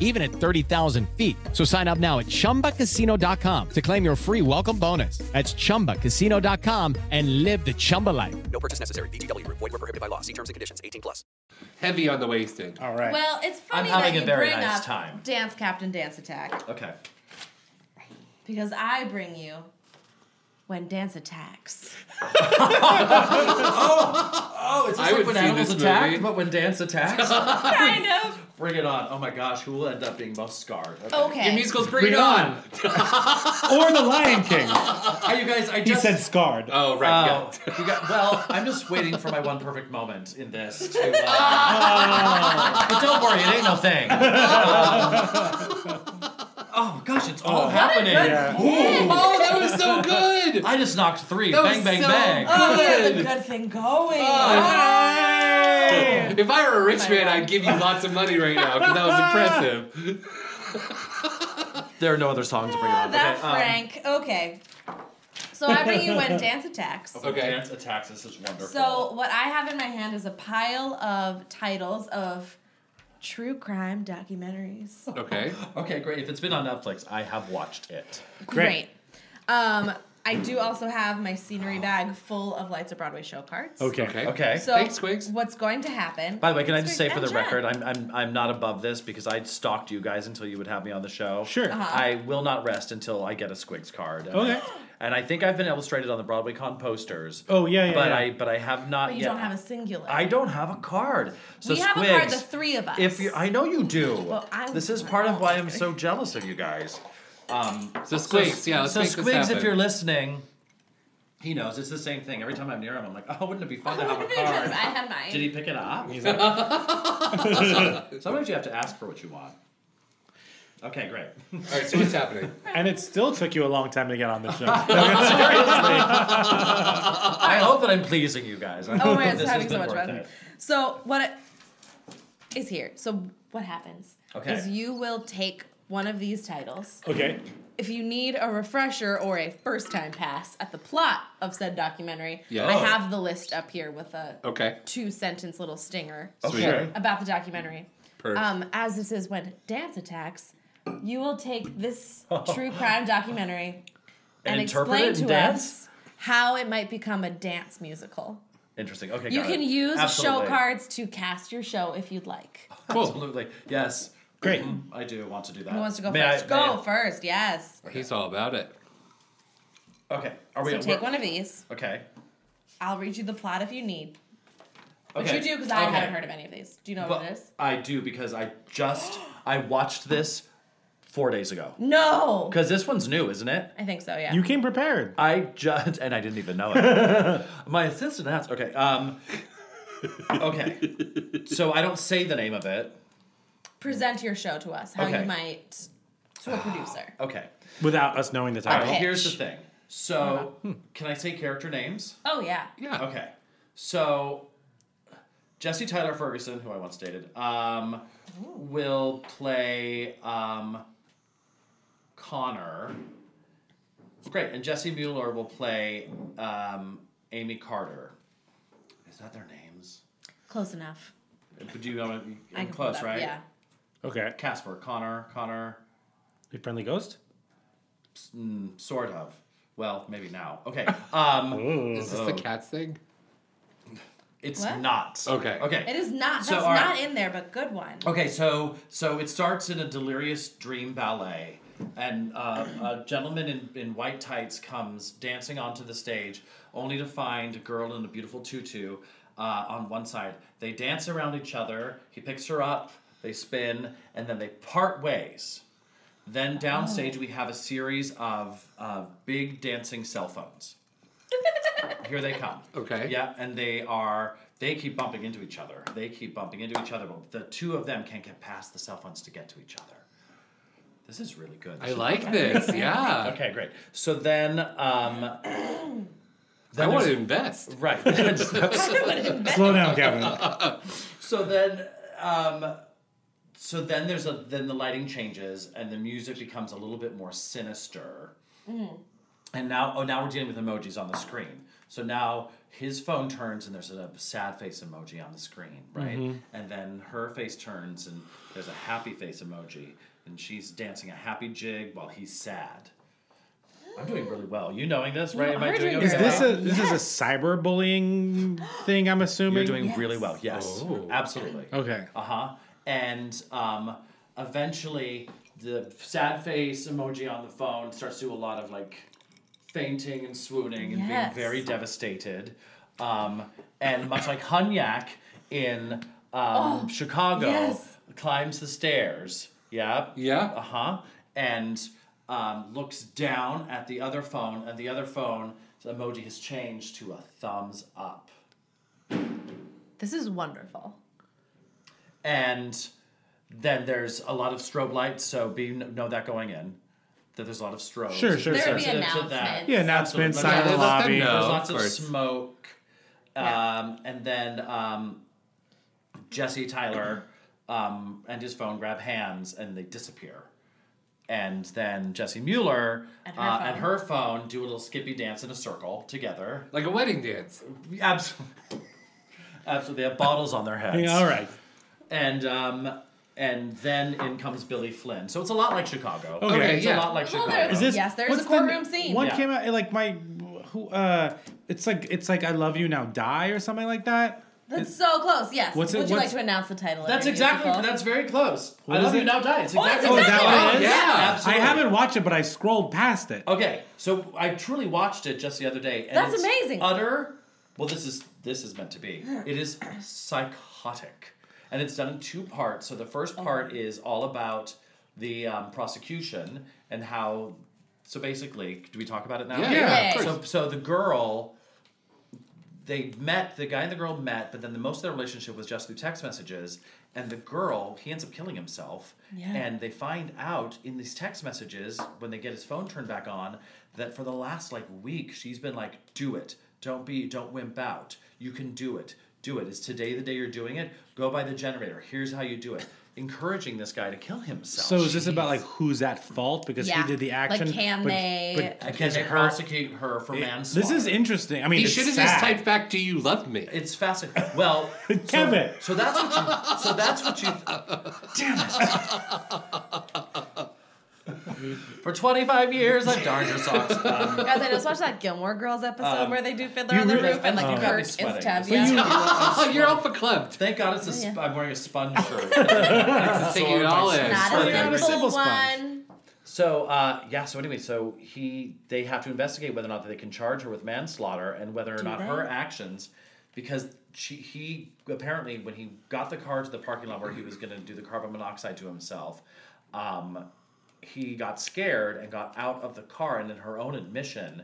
even at 30,000 feet. So sign up now at chumbacasino.com to claim your free welcome bonus. That's chumbacasino.com and live the Chumba life.
No purchase necessary. VGW Group. Void were prohibited by law. See terms and conditions. 18 plus.
Heavy on the wasted.
All right.
Well, it's funny
I'm having
that
a
you
very
bring
nice
up
time.
Dance Captain Dance Attack
Okay.
because I bring you when dance attacks.
Oh, is this
I
like
would
when
see
animals
this
attack,
movie.
but when dance attacks?
kind of.
Bring it on. Oh my gosh, who will end up being most scarred?
Oh, Okay. Your musicals,
Bring It On. or The Lion King.
Are you guys, I
He
just.
said scarred.
Oh,
Oh, you got, well, I'm just waiting for my one perfect moment in this. To, uh, But don't worry, it ain't no thing. Um, oh gosh, it's all
Oh, what a
happening.
good Yeah. pick. Oh, that was so good.
I just knocked three.
That
bang,
was
bang,
so
bang.
Oh, yeah, the good thing going.
Oh.
If I were a rich man, I'd give you lots of money right now because that was impressive.
There are no other songs to bring on.
that
Okay, um,
Frank. okay. So I bring you when dance attacks.
Okay. Dance attacks. This is wonderful.
So what I have in my hand is a pile of titles of true crime documentaries.
Oh,
okay.
Okay, great. If it's been on Netflix, I have watched it.
Great. Um, I do also have my scenery bag full of Lights of Broadway show cards.
Okay. Okay. Okay.
So
Thanks,
What's going to happen?
By the way, can I just say
Twigs
for the
and Jen.
record, I'm, I'm I'm not above this because I stalked you guys until you would have me on the show.
Sure. Uh-huh.
I will not rest until I get a Squigs card. And
Okay.
I, and I think I've been illustrated on the BroadwayCon posters.
Oh, yeah, yeah,
But
yeah.
I but I have not
But you
yet.
don't have a singular.
I don't have a card. So
we have a card,
Squigs,
the three of us.
If you, I know you do.
Well, I-
this is part of why I'm so jealous of you guys. Um,
So Squigs, yeah, let's
so
make this
Squigs,
happen.
if you're listening, he knows it's the same thing. Every time I'm near him, I'm like, oh, wouldn't it be fun to have a
I
card?
had mine.
Did he pick it up? He's like, sometimes you have to ask for what you want. Okay, great. All
right, so what's happening?
And it still took you a long time to get on the show.
I hope that I'm pleasing you guys. I
Oh
hope
my god,
this
it's
has
having so
been
much
worth
fun.
it.
So what I- is here? So what happens
Okay.
is you will take one of these titles.
Okay.
If you need a refresher or a first time pass at the plot of said documentary,
Yeah.
I
Oh.
have the list up here with a
Okay.
two sentence little stinger
Oh.
Sweet. Okay.
about the documentary.
Perfect.
Um, as this is when dance attacks, you will take this true crime documentary and,
And interpret
explain
it
to
in dance?
us how it might become a dance musical.
Interesting. Okay,
You
got
can
it.
use
Absolutely.
show cards to cast your show if you'd like.
Absolutely. Yes. Great. I do want to do that.
Who wants to go
May
first?
I-
go
may
first, yes.
He's all about it.
I- okay. Are we?
so
we're-
take one of these.
Okay.
I'll read you the plot if you need. Which
Okay.
you do because I
Okay.
haven't heard of any of these. Do you know
But
what it is?
I do because I just I watched this four days ago.
No!
Because this one's new, isn't it?
I think so, yeah.
came prepared.
I just and I didn't even know it. My assistant asked. Okay. Um. Okay. So I don't say the name of it.
Present your show to us, how
Okay.
you might to a producer.
Okay.
Without us knowing the
All right.
title.
Here's the thing. So can I say character names?
Oh yeah.
Yeah. Okay. So Jesse Tyler Ferguson, who I once dated, um, will play um, Connor. Great. And Jesse Mueller will play um, Amy Carter. Is that their names?
Close enough.
Do you know
I can pull it
close,
up,
right?
yeah.
Okay.
Casper, Connor, Connor.
A friendly ghost?
Mm, sort of. Well, maybe now. Okay. Um,
Is this the cats thing?
It's
What?
not. Okay. Okay.
It is not that's
So, all right. Oh.
not in there, but good one.
Okay, so so it starts in a delirious dream ballet, and uh, a gentleman in, in white tights comes dancing onto the stage, only to find a girl in a beautiful tutu uh, on one side. They dance around each other. He picks her up. They spin, and then they part ways. Then downstage, we have a series of uh, big dancing cell phones. Here they come. Okay. Yeah, and they are they keep bumping into each other. They keep bumping into each other, but the two of them can't get past the cell phones to get to each other. This is really good.
I like this, yeah.
Okay, great. So then um
I wanna
there's-
invest.
Right.
Slow down, Kevin.
so then um so then there's a then the lighting changes and the music becomes a little bit more sinister. Mm-hmm. And now, oh, now we're dealing with emojis on the screen. So now his phone turns and there's a sad face emoji on the screen, right?
Mhm.
And then her face turns and there's a happy face emoji, and she's dancing a happy jig while he's sad. I'm doing really well. You knowing this, right? Am I doing
Is
okay?
this a this is a cyberbullying thing? I'm assuming
You're doing really well. Yes,
Oh.
absolutely.
Okay.
Uh huh. And um, eventually, the sad face emoji on the phone starts to do a lot of like fainting and swooning and
Yes.
being very devastated. Um, and much like Hunyak in um,
Oh,
Chicago,
yes.
climbs the stairs. Yeah. Yeah. Uh huh. And um, looks down at the other phone, and the other phone the emoji has changed to a thumbs up.
This is wonderful.
and then there's a lot of strobe lights. So be know that going in that there's a lot of strobe.
Sure, sure, There sure. would be announcements. Yeah, announcements, sign in the lobby.
There's
No,
lots
of
of
course.
smoke, um, and then um, Jesse Tyler um, and his phone grab hands and they disappear. And then Jesse Mueller
And her
uh, and
phone.
her phone do a little skippy dance in a circle together.
Like a wedding dance.
Absolutely. Absolutely. They have bottles on their heads.
Yeah, all right.
And um, and then in comes Billy Flynn. So it's a lot like Chicago.
Okay,
it's a
yeah.
lot like
Well,
Chicago.
there- Is this- yes,
there's
what's
a
the-
courtroom scene.
One came out like my who uh it's like it's like I love you now die or something like that.
That's so close. Yes.
What's it-
Would you like
what's-
to announce the title? of
That's
your
exactly.
musical?
That's very close.
What
I
is
love
it?
you now. Die. It's
Oh, that's
exactly.
Oh, is that
exactly
what
right.
it is?
Yeah, absolutely.
I haven't watched it, but I scrolled past it.
Okay, so I truly watched it just the other day. And
That's
it's
amazing.
Utter. Well, this is this is meant to be. It is psychotic, and it's done in two parts. So the first part is all about the um, prosecution and how. So basically, do we talk about it now?
Yeah, Oh, Yeah, yeah, of
So
course.
so the girl. They met the guy and the girl met, but then the most of their relationship was just through text messages. And the girl, he ends up killing himself.
Yeah.
And they find out in these text messages when they get his phone turned back on that for the last like week she's been like, "Do it. Don't be. Don't wimp out. You can do it. Do it. Is today the day you're doing it? Go by the generator. Here's how you do it." Encouraging this guy to kill himself.
So is this about like who's at fault because
Yeah.
he did the
Like,
action?
can
but,
they-
But,
Can
because
they
her-
prosecute her for
it-
manslaughter?
This is interesting. I mean,
he
it's
should have
sad.
just typed back, "Do you love me?"
It's fascinating. Well,
Kevin.
So that's what you. So that's what you. Damn it. For 25 years, I've darned your socks. Um,
Guys, I just watched that Gilmore Girls episode
Um,
where they do Fiddler
you
on the
really-
Roof and like
Oh. You got me
Kirk is
sweating.
Tevye.
Well, you- I'm
You're off the club.
Thank God it's a. Sp- I'm wearing a sponge shirt.
It's taking
Absorb
it all
my
in.
sweat.
Not a
Sweating.
simple Simple
one.
So uh, yeah. So anyway, so he they have to investigate whether or not they can charge her with manslaughter and whether or
Do
not
they?
her actions, because she he apparently when he got the car to the parking lot where he was going to do the carbon monoxide to himself, um, he got scared and got out of the car and in her own admission,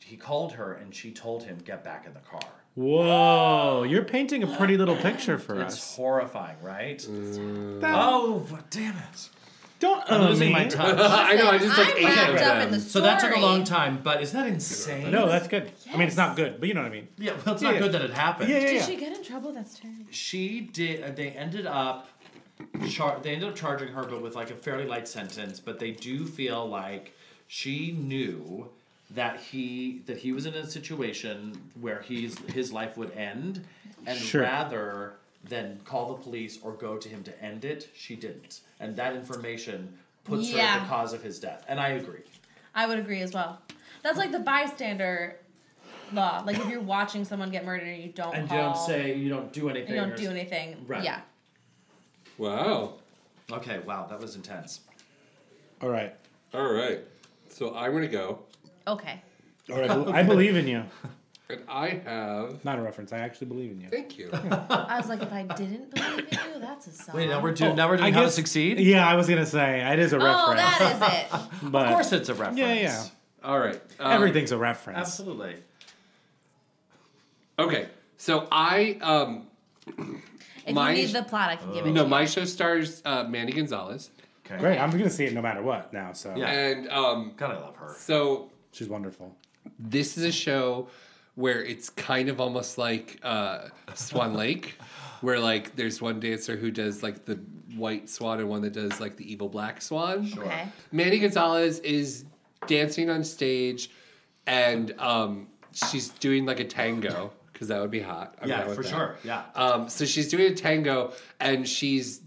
he called her and she told him get back in the car.
Whoa, you're painting a pretty little picture for
it's
us.
horrifying, right?
Oh,
damn it.
Don't
I'm
own
losing
me.
my touch.
I know, I just, like, I'm ate wrapped it. up in the
So that took a
story.
long time, but is that insane?
No, that's good. I mean, it's not good, but you know what I mean.
Yeah, well, it's not good that it happened.
Yeah, yeah, yeah.
Did she get in trouble? That's terrible.
She did. uh, They ended up. Char- they ended up charging her, but with like a fairly light sentence. But they do feel like she knew that he that he was in a situation where he's his life would end, and
Sure.
rather than call the police or go to him to end it, she didn't. And that information puts her at
Yeah.
the cause of his death. And I agree.
I would agree as well. That's like the bystander law. Like if you're watching someone get murdered and you don't
And you
call,
don't say you don't do
and
anything.
you
or
don't do
s-
anything.
Right.
Yeah.
Wow.
Okay. Wow, that was intense.
All right.
All right. So I'm gonna go,
Okay.
All right, I I believe in you.
and I have.
Not a reference. I actually believe in you.
Thank you.
I was like, if I didn't believe in you, that's a sign.
doing- now we're doing
I
How to Succeed?
Yeah, I was gonna say it is a
Oh,
reference.
that is it.
But
of course, it's a reference.
Yeah, yeah.
All right. um,
Everything's a reference.
Absolutely.
Okay. So I um.
If you need the plot, I can give it.
No,
to
my show stars uh, Mandy Gonzalez.
Okay.
Great. I'm gonna see it no matter what now. So
And um,
God, I love her.
So
she's wonderful.
This is a show where it's kind of almost like uh, Swan Lake, where like there's one dancer who does like the white swan and one that does like the evil black swan.
you. Okay.
Manny Gonzalez is dancing on stage, and um, she's doing like a tango because that would be hot. I'm
Yeah,
down with
for
that.
sure, yeah.
Um, so she's doing a tango, and she's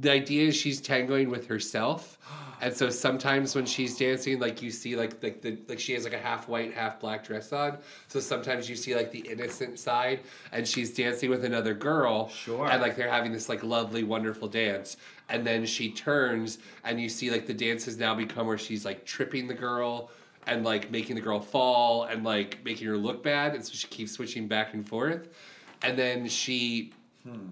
the idea is she's tangoing with herself. And so sometimes when she's dancing, like you see, like like the like she has like a half white, half black dress on. So sometimes you see like the innocent side, and she's dancing with another girl. Sure. And like they're having this like lovely, wonderful dance. And then she turns, and you see like the dance has now become where she's like tripping the girl, and like making the girl fall, and like making her look bad. And so she keeps switching back and forth, and then she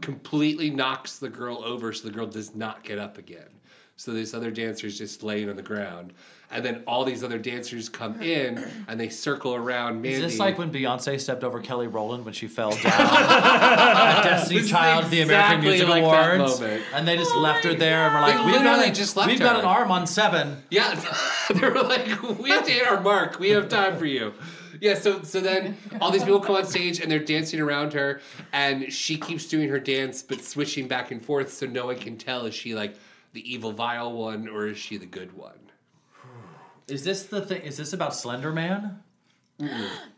completely knocks the girl over so the girl does not get up again. So this other dancer is just laying on the ground. And then all these other dancers come in and they circle around Mandy.
Is this like when Beyonce stepped over Kelly Rowland when she fell down at Destiny
This is
Child at the American
exactly
Music
like that
Awards?
moment.
And they just left her there and were like,
They
we've, got,
literally
a-
just left
we've got
her.
an arm on seven.
Yeah, they were like, we have to hit our mark. We have time for you. Yeah, so so then all these people come on stage and they're dancing around her, and she keeps doing her dance but switching back and forth, so no one can tell is she like the evil, vile one or is she the good one?
Is this the thing? Is this about Slender Man?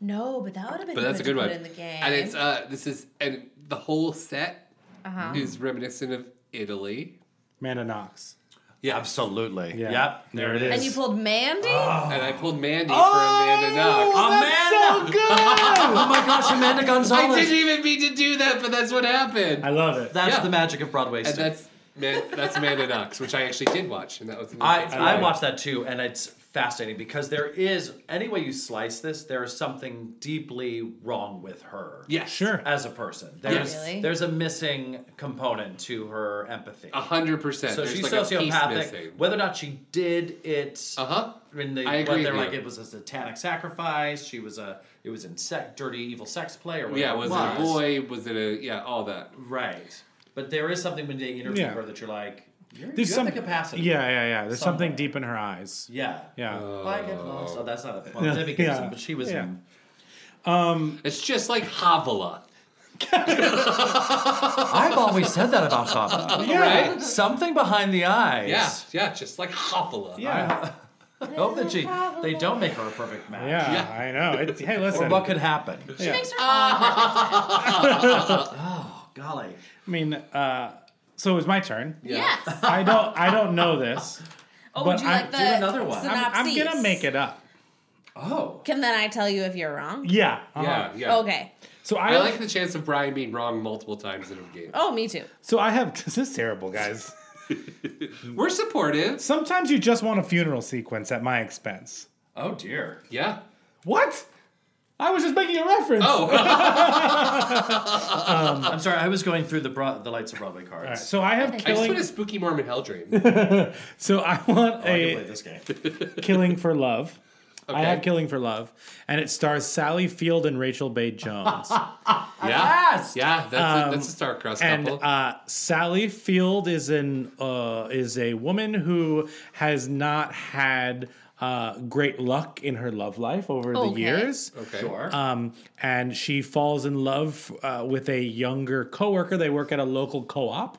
No, but that would have been.
But that's a
to
good
put
one. uh,
In the game.
And it's uh, this is and the whole set
Uh-huh.
is reminiscent of Italy.
Amanda Knox.
Yeah, absolutely. Yep, there it
And you pulled Mandy?
And I pulled Mandy for Amanda Knox.
Oh, that's
so good!
Oh my gosh, Amanda Gonzalez.
I didn't even mean to do that, but that's what happened.
I love it.
That's
Yeah.
the magic of Broadway.
And that's man, that's Amanda Knox, which I actually did watch, and that was
I, I watched that too, and it's fascinating because there is any way you slice this, there is something deeply wrong with her.
Yes,
sure.
As a person,
Yeah.
there's
Really?
there's a missing component to her empathy.
A hundred percent.
So
Uh-huh. There's
she's
like a piece missing. Uh-huh.
sociopathic. Whether or not she did it, uh
huh.
When they,
I agree
when they're
with
like
you.
it was a satanic sacrifice, she was a it was in sec, dirty evil sex play or whatever.
Yeah,
it
was
was,
it a boy? Was it a yeah? All that.
Right. But there is something when they interview
Yeah.
her that you're like, you're, you
There's some
have the capacity.
Yeah, yeah, yeah. There's
Somewhere.
something deep in her eyes.
Yeah.
Yeah.
I get lost. Oh, that's not a well, Debbie Gibson, but she was
Yeah.
in.
Um,
it's just like Havila.
I've always said that about Hava.
Yeah. Right?
Something behind the eyes.
Yeah, yeah, just like Havila.
Yeah. I hope that she they don't make her a perfect match.
Yeah, I know. It's, hey, listen.
Or what could happen?
She Yeah. makes
her
Ah.
own.
oh, golly.
I mean, uh, so it was my turn.
Yeah. Yes.
I don't. I don't know this.
Oh,
but
would you
I'm,
like the Do another one.
I'm, I'm gonna
synopses?
make it up.
Oh.
Can then I tell you if you're wrong?
Yeah. uh-huh.
Yeah, yeah.
Okay.
So I,
I,
Uh,
like the chance of Brian being wrong multiple times in a game.
Oh, me too.
So I have. This is terrible, guys.
We're supportive.
Sometimes you just want a funeral sequence at my expense.
Oh dear.
Yeah. Oh,
What? I was just making a reference.
Oh. I'm sorry, I was going through the Bro- the lights of Broadway cards.
right, so I have I just killing- want a
spooky Mormon hell dream.
so I want
Oh, I can
a
play this game.
Killing for Love. I
Okay.
have Killing for Love, and it stars Sally Field and Rachel Bay Jones.
Yeah, yeah, that's, a, that's a
Um,
star-crossed
and
couple.
uh, Sally Field is an uh, is a woman who has not had uh, great luck in her love life over the
Okay.
years.
Okay. Sure.
Um, and she falls in love uh, with a younger coworker. They work at a local co-op.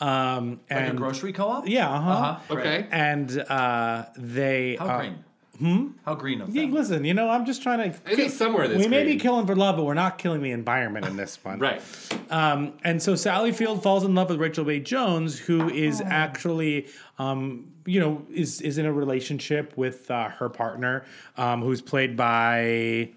Um,
Like a
and
grocery co-op?
Yeah. Uh-huh.
Uh-huh, right. Okay.
And uh, they
How
uh,
green?
Hmm.
How green of
yeah, Listen, you know, I'm just trying to.
It is somewhere this
We may
green.
be killing for love, but we're not killing the environment in this one,
right?
Um, and so Sally Field falls in love with Rachel Bay Jones, who is actually, um, you know, is is in a relationship with uh, her partner, um, who's played by.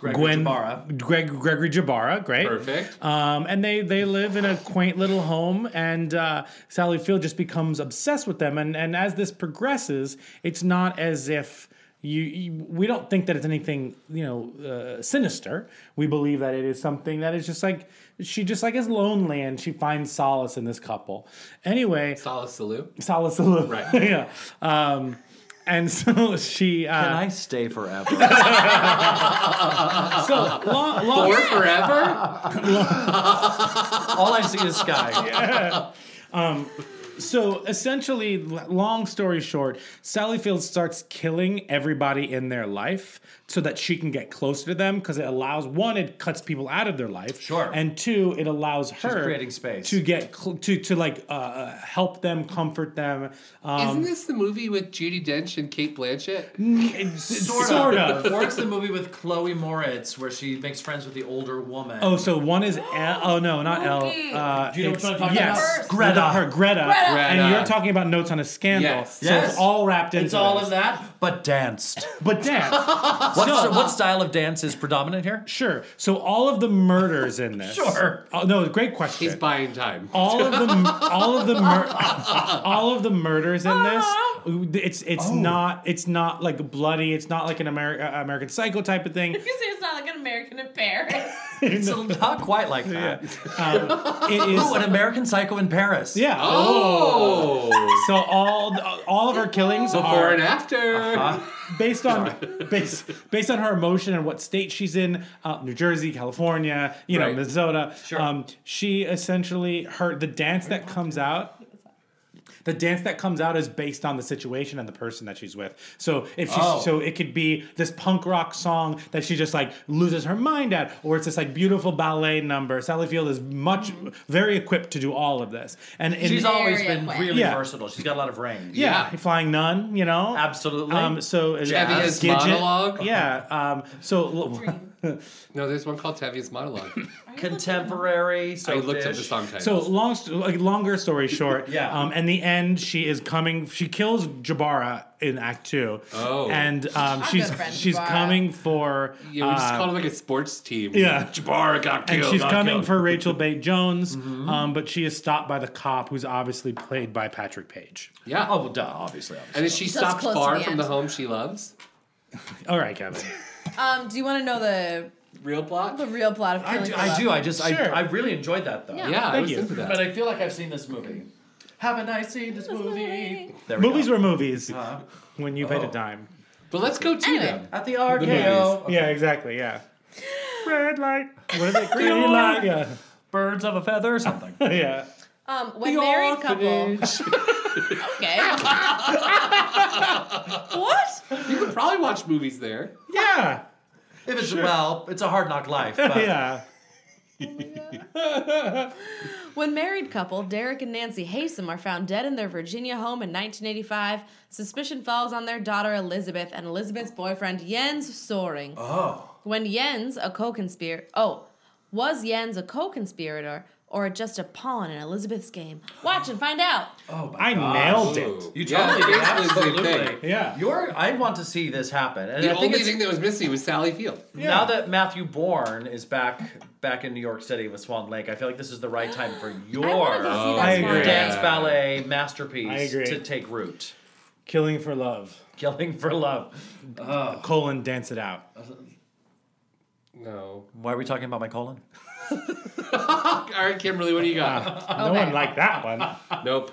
Gregory Jabara.
Greg Gregory Jabara, great,
Perfect.
Um, and they they live in a quaint little home, and uh, Sally Field just becomes obsessed with them. And and as this progresses, it's not as if. You, you, we don't think that it's anything you know uh, sinister. We believe that it is something that is just like she just like is lonely and she finds solace in this couple. Anyway,
solace Salou.
Solace Salou.
Right.
yeah. Um, and so she. Uh, Can
I stay forever?
so long, long
For forever? All I see is sky.
Yeah. Um, so essentially, l- long story short, Sally Field starts killing everybody in their life so that she can get closer to them because it allows one, it cuts people out of their life, sure, and two, it allows her
creating space.
to get cl- to to like uh, uh, help them, comfort them. Um,
Isn't this the movie with Judy Dench and Kate Blanchett?
Sort,
Sort
of.
of.
Or it's the movie with Chloe Moritz where she makes friends with the older woman.
Oh, so one is L. Oh no, not L. Uh,
Do you know which
it's-
one I'm talking
yes,
about? Greta.
Greta. Her Greta.
Greta.
And
Greta.
you're talking about Notes on a Scandal.
Yes.
So
Yes.
it's all wrapped into
It's all
this.
in that, but danced.
But dance.
What,
uh,
what style of dance is predominant here?
Sure. So all of the murders in this.
Sure.
Oh, no, great question.
He's buying time.
all of the all of the mur- all of the murders in this
Uh-huh.
it's it's not it's not like bloody it's not like an American American Psycho type of thing
You say it's not like an American in Paris.
it's
not quite like that
um, it is
Ooh, an American Psycho in Paris
yeah
Oh.
so all the- all of her killings
Before
are-
and after. Uh-huh.
based on based based on her emotion and what state she's in, uh, New Jersey, California, you know,
Right.
Minnesota. Um, she essentially her the dance that comes out. The dance that comes out is based on the situation and the person that she's with. So if she's
Oh.
so it could be this punk rock song that she just like loses her mind at, or it's this like beautiful ballet number. Sally Field is much very equipped to do all of this, and in-
she's always been really
Yeah.
versatile she's got a lot of range
Yeah, flying nun, you know.
Absolutely.
Um, so
Jazz. Devious
Gidget-
monologue.
Yeah. Um, so
no, there's one called Tevye's Monologue.
Contemporary.
I looked up the
Soapdish.
song title.
So long, st- like, longer story short, yeah. Um, in the end, she is coming. She kills Jabara in Act Two.
Oh.
and
I'm
um,
good
she's
friends,
she's
Jabara.
coming for.
yeah, we just
Um,
uh,
called it like a sports team.
yeah,
Jabara got killed.
And she's
got
coming
killed.
for Rachel Bate Jones, um, but she is stopped by the cop, who's obviously played by Patrick Page.
Yeah.
Oh, well, duh, obviously. obviously.
And is she
Just
stopped
close to
far
the
from
end.
the home she loves?
All right, Kevin.
Um, do you want to know the
real plot?
The real plot of
I
Killing
do,
for
I
Love?
do. I just,
Sure.
I, I really enjoyed that though.
Yeah. Yeah, I Thank was you. into that.
But I feel like I've seen this movie. Haven't I seen this movie? There we
movies were movies when you paid a dime.
But let's go to
Anyway.
them
at the
The
RKO.
movies. Yeah, exactly. Yeah. Red light. What is it? Green
Green
light.
light.
Yeah.
Birds of a feather or something.
yeah.
Um, when married couple. Okay. what?
You could probably watch movies there.
Yeah.
If it's well, it's a hard knock life. But
yeah.
When married couple Derek and Nancy Haysom are found dead in their Virginia home in 1985, suspicion falls on their daughter Elizabeth and Elizabeth's boyfriend Jens Soaring.
Oh.
When Jens, a co-conspirator, oh, was Jens a co-conspirator or just a pawn in Elizabeth's game? Watch and find out.
Oh my
I
gosh.
nailed it.
You
Yeah, basically
totally did.
the same
Absolutely.
thing.
Yeah.
You're, I want to see this happen. And
the
I think
only
it's,
thing that was missing was Sally Field.
now that Matthew Bourne is back back in New York City with Swan Lake, I feel like this is the right time for your
go see that I Swan agree. Lake.
Oh, dance
Yeah.
ballet masterpiece
I agree.
to take root.
Killing for love.
Killing for love.
Colon, dance it out.
No.
Why are we talking about my colon?
All right, Kimberly, what do you got?
No one liked that one.
Uh,
nope.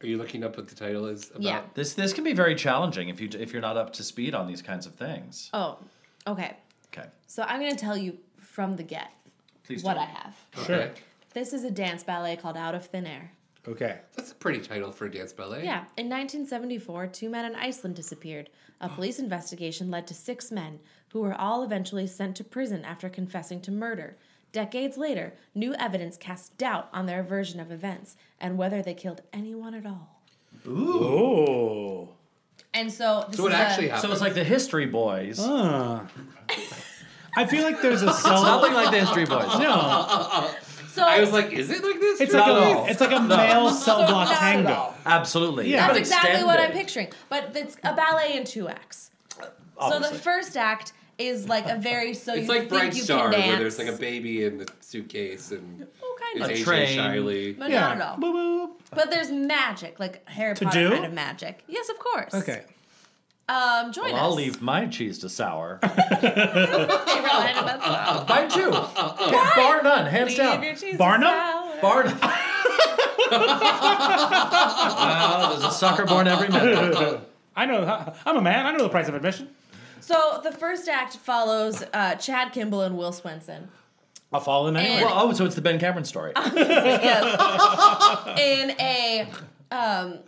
Are you looking up what the title is? About?
Yeah.
This this can be very challenging if you if you're not up to speed on these kinds of things.
Oh, okay.
Okay.
So I'm gonna tell you from the get
Please
what
do.
I have.
Okay.
This is a dance ballet called Out of Thin Air.
Okay.
That's a pretty title for a dance ballet.
Yeah, in 1974, two men in Iceland disappeared. A police investigation led to six men, who were all eventually sent to prison after confessing to murder. Decades later, new evidence cast doubt on their version of events and whether they killed anyone at all.
Ooh.
And so, this
So it
is a-
actually happened. So it's like the History Boys.
Oh. I feel like there's a
It's
self.
nothing like the History Boys.
No.
So
I was like, is it like this?
It's like
Not at
a
all.
it's like a
No.
male cell
Not
block
at
tango.
all. Absolutely.
Yeah.
That's
But
exactly
extended.
what I'm picturing. But it's a ballet in two acts. So
Obviously.
the first act is like a very so
it's
Oh, you think
like Bright
you
Star,
can dance. Oh,
where there's like a baby in the suitcase and
kind of.
it's
A
AJ
train.
Shiley.
But not at all. But there's magic, like Harry
To
Potter
do?
kind of magic. Yes, of course.
Okay.
Um, join
Well,
us.
I'll leave my cheese to sour.
Favorite line of that song.
Mine too. Okay, bar none, hands
Leave
down.
your cheese to
Barnum? Barnum. wow, there's a sucker born every minute.
I know. I'm a man. I know the price of admission.
So the first act follows uh, Chad Kimball and Will Swenson.
I'll follow them
anyway.
Well, oh, so it's the Ben Cameron story.
Yes. in a um,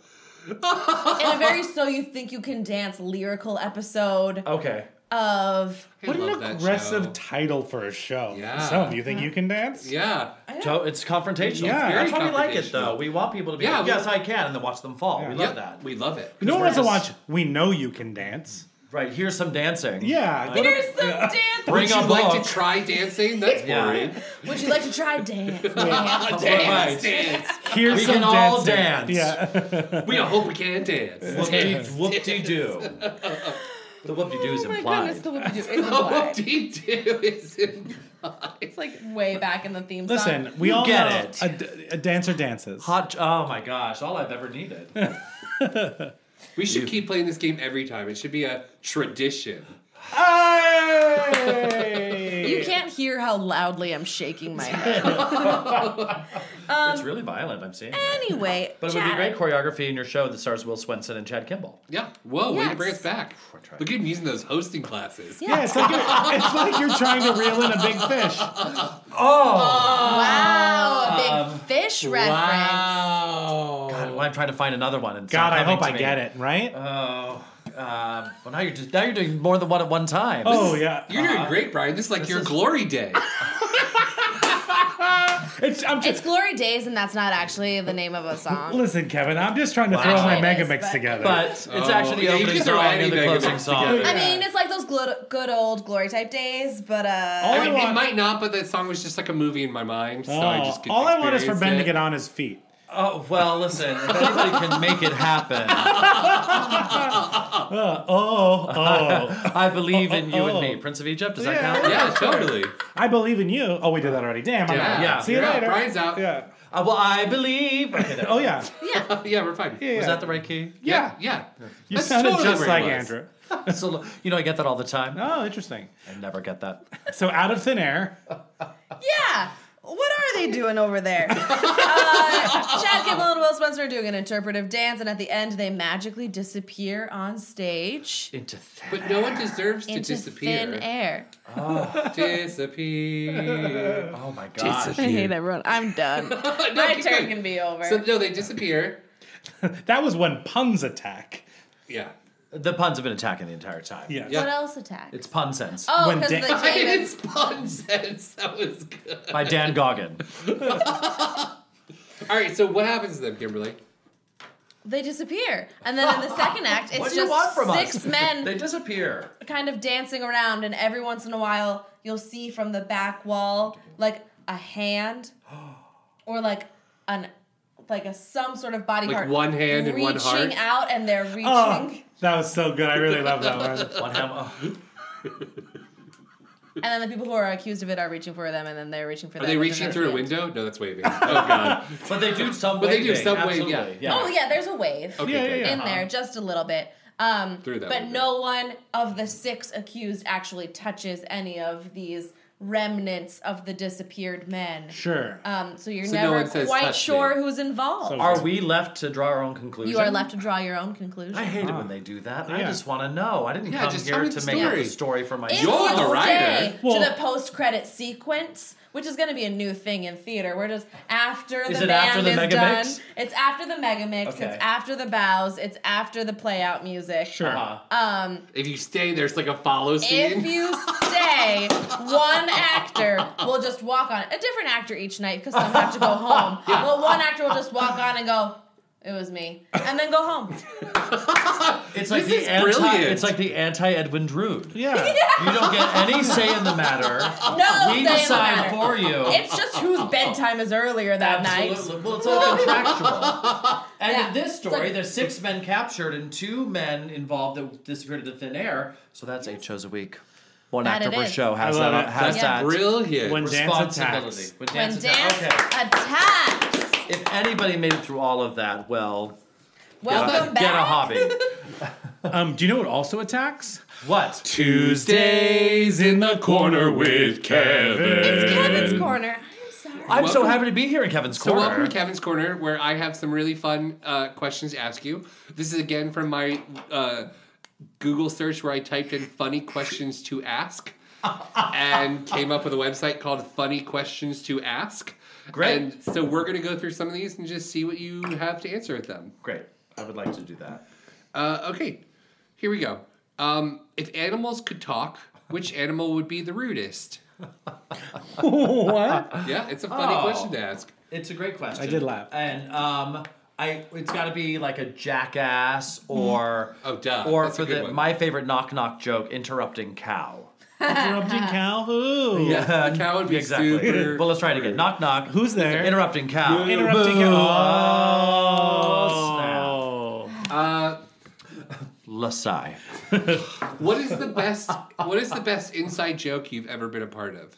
in a very so you think you can dance lyrical episode
okay.
of
What an aggressive title for a show.
Yeah.
So, you think you can dance?
Yeah.
To- it's confrontational.
Yeah. It's very
that's why we like it, though.
confrontational.
We want people to be
Yeah,
like,
we-
yes, I can, and then watch them fall. We love
Yeah,
that.
We love it.
No one wants to watch. We know you can dance.
Right. Here's some dancing.
Yeah.
Like,
Here's some dancing.
Bring
Would you
a
like
book.
to try dancing? That's
Yeah.
boring.
Would you like to try dance?
dance,
dance.
dance.
Here's
we
some
can all dance.
dancing. Yeah.
we all hope we can dance.
Whoop-de- Whoop-de-doo. The whoop-de-doo
Oh
is implied.
the whoop do
is
It's like way back in the theme song.
Listen, we
You
all
get
know
it.
A, d- a dancer dances.
Hot. Oh my gosh! All I've ever needed.
We should keep playing this game every time. It should be a tradition.
You can't hear how loudly I'm shaking my head.
it's really violent. I'm seeing. it.
Anyway,
But it would be
Chad,
great choreography in your show that stars Will Swenson and Chad Kimball.
Yeah. Whoa, way to bring
Yes.
us back. Look at him using those hosting classes.
Yeah, it's like you're, it's like you're trying to reel in a big fish.
Wow, a
Um,
big fish reference.
Wow.
God, well, I'm trying to find another one. And it's
God,
not
I
coming
hope
to
I
me.
get it, right?
Oh. Uh, well, now you're just now you're doing more than one at one time.
Oh, yeah.
Uh-huh.
You're doing great, Brian. This is like your glory day.
It's, I'm
It's Glory Days, and that's not actually the name of a song.
Listen, Kevin, I'm just trying to
Wow.
throw my
Actually, it
mega
is,
mix
but-
together.
But it's Oh, actually the yeah, you opening can throw song and any the mega closing mix song. together.
I mean, it's like those glo- good old glory type days, but uh.
I mean, it might not, but that song was just like a movie in my mind, so I
Oh,
just could
all I want is for Ben to
experience
get on his feet.
Oh well, listen. If anybody can make it happen,
Uh, oh, oh.
I believe in you and
Oh.
me, Prince of Egypt. Does that
Yeah.
count?
Yeah, totally. I believe in you. Oh, we did that already. Damn. I'm
Yeah.
out.
Yeah.
See you
You're out.
later.
Brian's
out.
Yeah.
Uh, well, I believe.
oh yeah.
Yeah, yeah, we're fine.
Was that the right key?
Yeah, yeah.
You
That's
sounded
totally
just
where it
like
was.
Andrew. so, you know, I get that all the time.
Oh, interesting.
I never get that.
So out of thin air.
Oh.
Yeah. What are they doing over there? uh, Chad Kimball and Will Spencer are doing an interpretive dance, and at the end, they magically disappear on stage.
Into
But no one deserves to
into
disappear.
Thin air.
disappear.
Oh my
gosh.
I hate everyone. I'm done. My turn can be over.
So no, they disappear.
that was when puns attack.
Yeah.
The puns have been attacking the entire time. Yeah.
What else attacked?
It's pun sense.
Oh, When 'cause Dan- the
I
David-
did spun sense. That was good.
by Dan Goggin.
All right, so what happens to them, Kimberly?
They disappear, and then in the second act, it's
what do
just
you want from
six
us?
men
they disappear.
kind of dancing around, and every once in a while, you'll see from the back wall like a hand or like an like a some sort of body
Like
part.
one hand and
reaching
one heart?
out, and they're reaching.
Oh, that was so good. I really love that one.
One hammer.
And then the people who are accused of it are reaching for them, and then they're reaching for
Are
them.
they
and then
reaching
that's
through
it.
a window? No, that's waving. Oh god.
but they do some.
But they do
waving,
some wave.
absolutely.
Yeah.
Oh yeah, there's a wave
Okay, Yeah, yeah, good. yeah.
in there, just a little bit. Um,
Through that
but
window.
no one of the six accused actually touches any of these remnants of the disappeared men.
Sure.
Um, so you're
So no
never
one says,
quite
"Touch
sure
me."
who's involved.
are we left to draw our own conclusion?
You are left to draw your own conclusion.
I hate it when they do that. I
Yeah.
just want to know. I didn't
Yeah,
come
just
here
tell me
to
the
make up
story.
a story for
If
myself.
you stay to the post-credit sequence, which is going to be a new thing in theater. We're just after the
Is it
band
after the
is
mega
done.
mix?
It's after the mega mix.
Okay.
It's after the bows. It's after the playout music.
Sure. Uh-huh.
Um,
If you stay, there's like a follow scene.
if you stay, one actor will just walk on. A different actor each night because some have to go home.
Yeah.
Well, one actor will just walk on and go, "It was me," and then go home.
It's like
This is
the anti.
brilliant.
It's like the anti Edwin Drood.
Yeah.
You don't get any say in the matter.
No, say
we
it
decide
matter.
for you.
It's just whose bedtime is earlier that
Absolutely.
night.
Well, it's all contractual. And
Yeah.
in this
It's like-
story, there's six men captured and two men involved that disappeared into thin air. So that's eight shows a week. One
That
actor
it
per
is.
show has
I love
that.
it.
Has
That's
that
brilliant. When dance
responsibility.
attacks.
When dance
When
attacks.
dance
Okay.
attacks.
If anybody made it through all of that, well,
Welcome
get, a, get a
back.
hobby.
Um, do you know what also attacks?
What?
Tuesdays in the corner with Kevin.
It's Kevin's corner. I'm sorry.
I'm so happy to be here in Kevin's
So
corner.
welcome to Kevin's Corner, where I have some really fun uh, questions to ask you. This is again from my uh, Google search where I typed in "funny questions to ask" and came up with a website called "Funny Questions to Ask."
Great.
And so we're going to go through some of these and just see what you have to answer with them.
Great. I would like to do that.
Uh, okay, here we go. Um, if animals could talk, which animal would be the rudest?
what?
Yeah, it's a funny
Oh.
question to ask.
It's a great question.
I did laugh.
And um, I it's got to be like a jackass or
oh duh,
or
That's a
for
good
the
one.
my favorite knock knock joke interrupting cow.
Interrupting cow. Ooh.
the cow would be
exactly.
super
Well, let's try it again. Knock knock.
Who's there?
Interrupting Oh, cow.
Interrupting Oh.
Boo.
cow.
Uh,
Lasai.
What is the best? What is the best inside joke you've ever been a part of?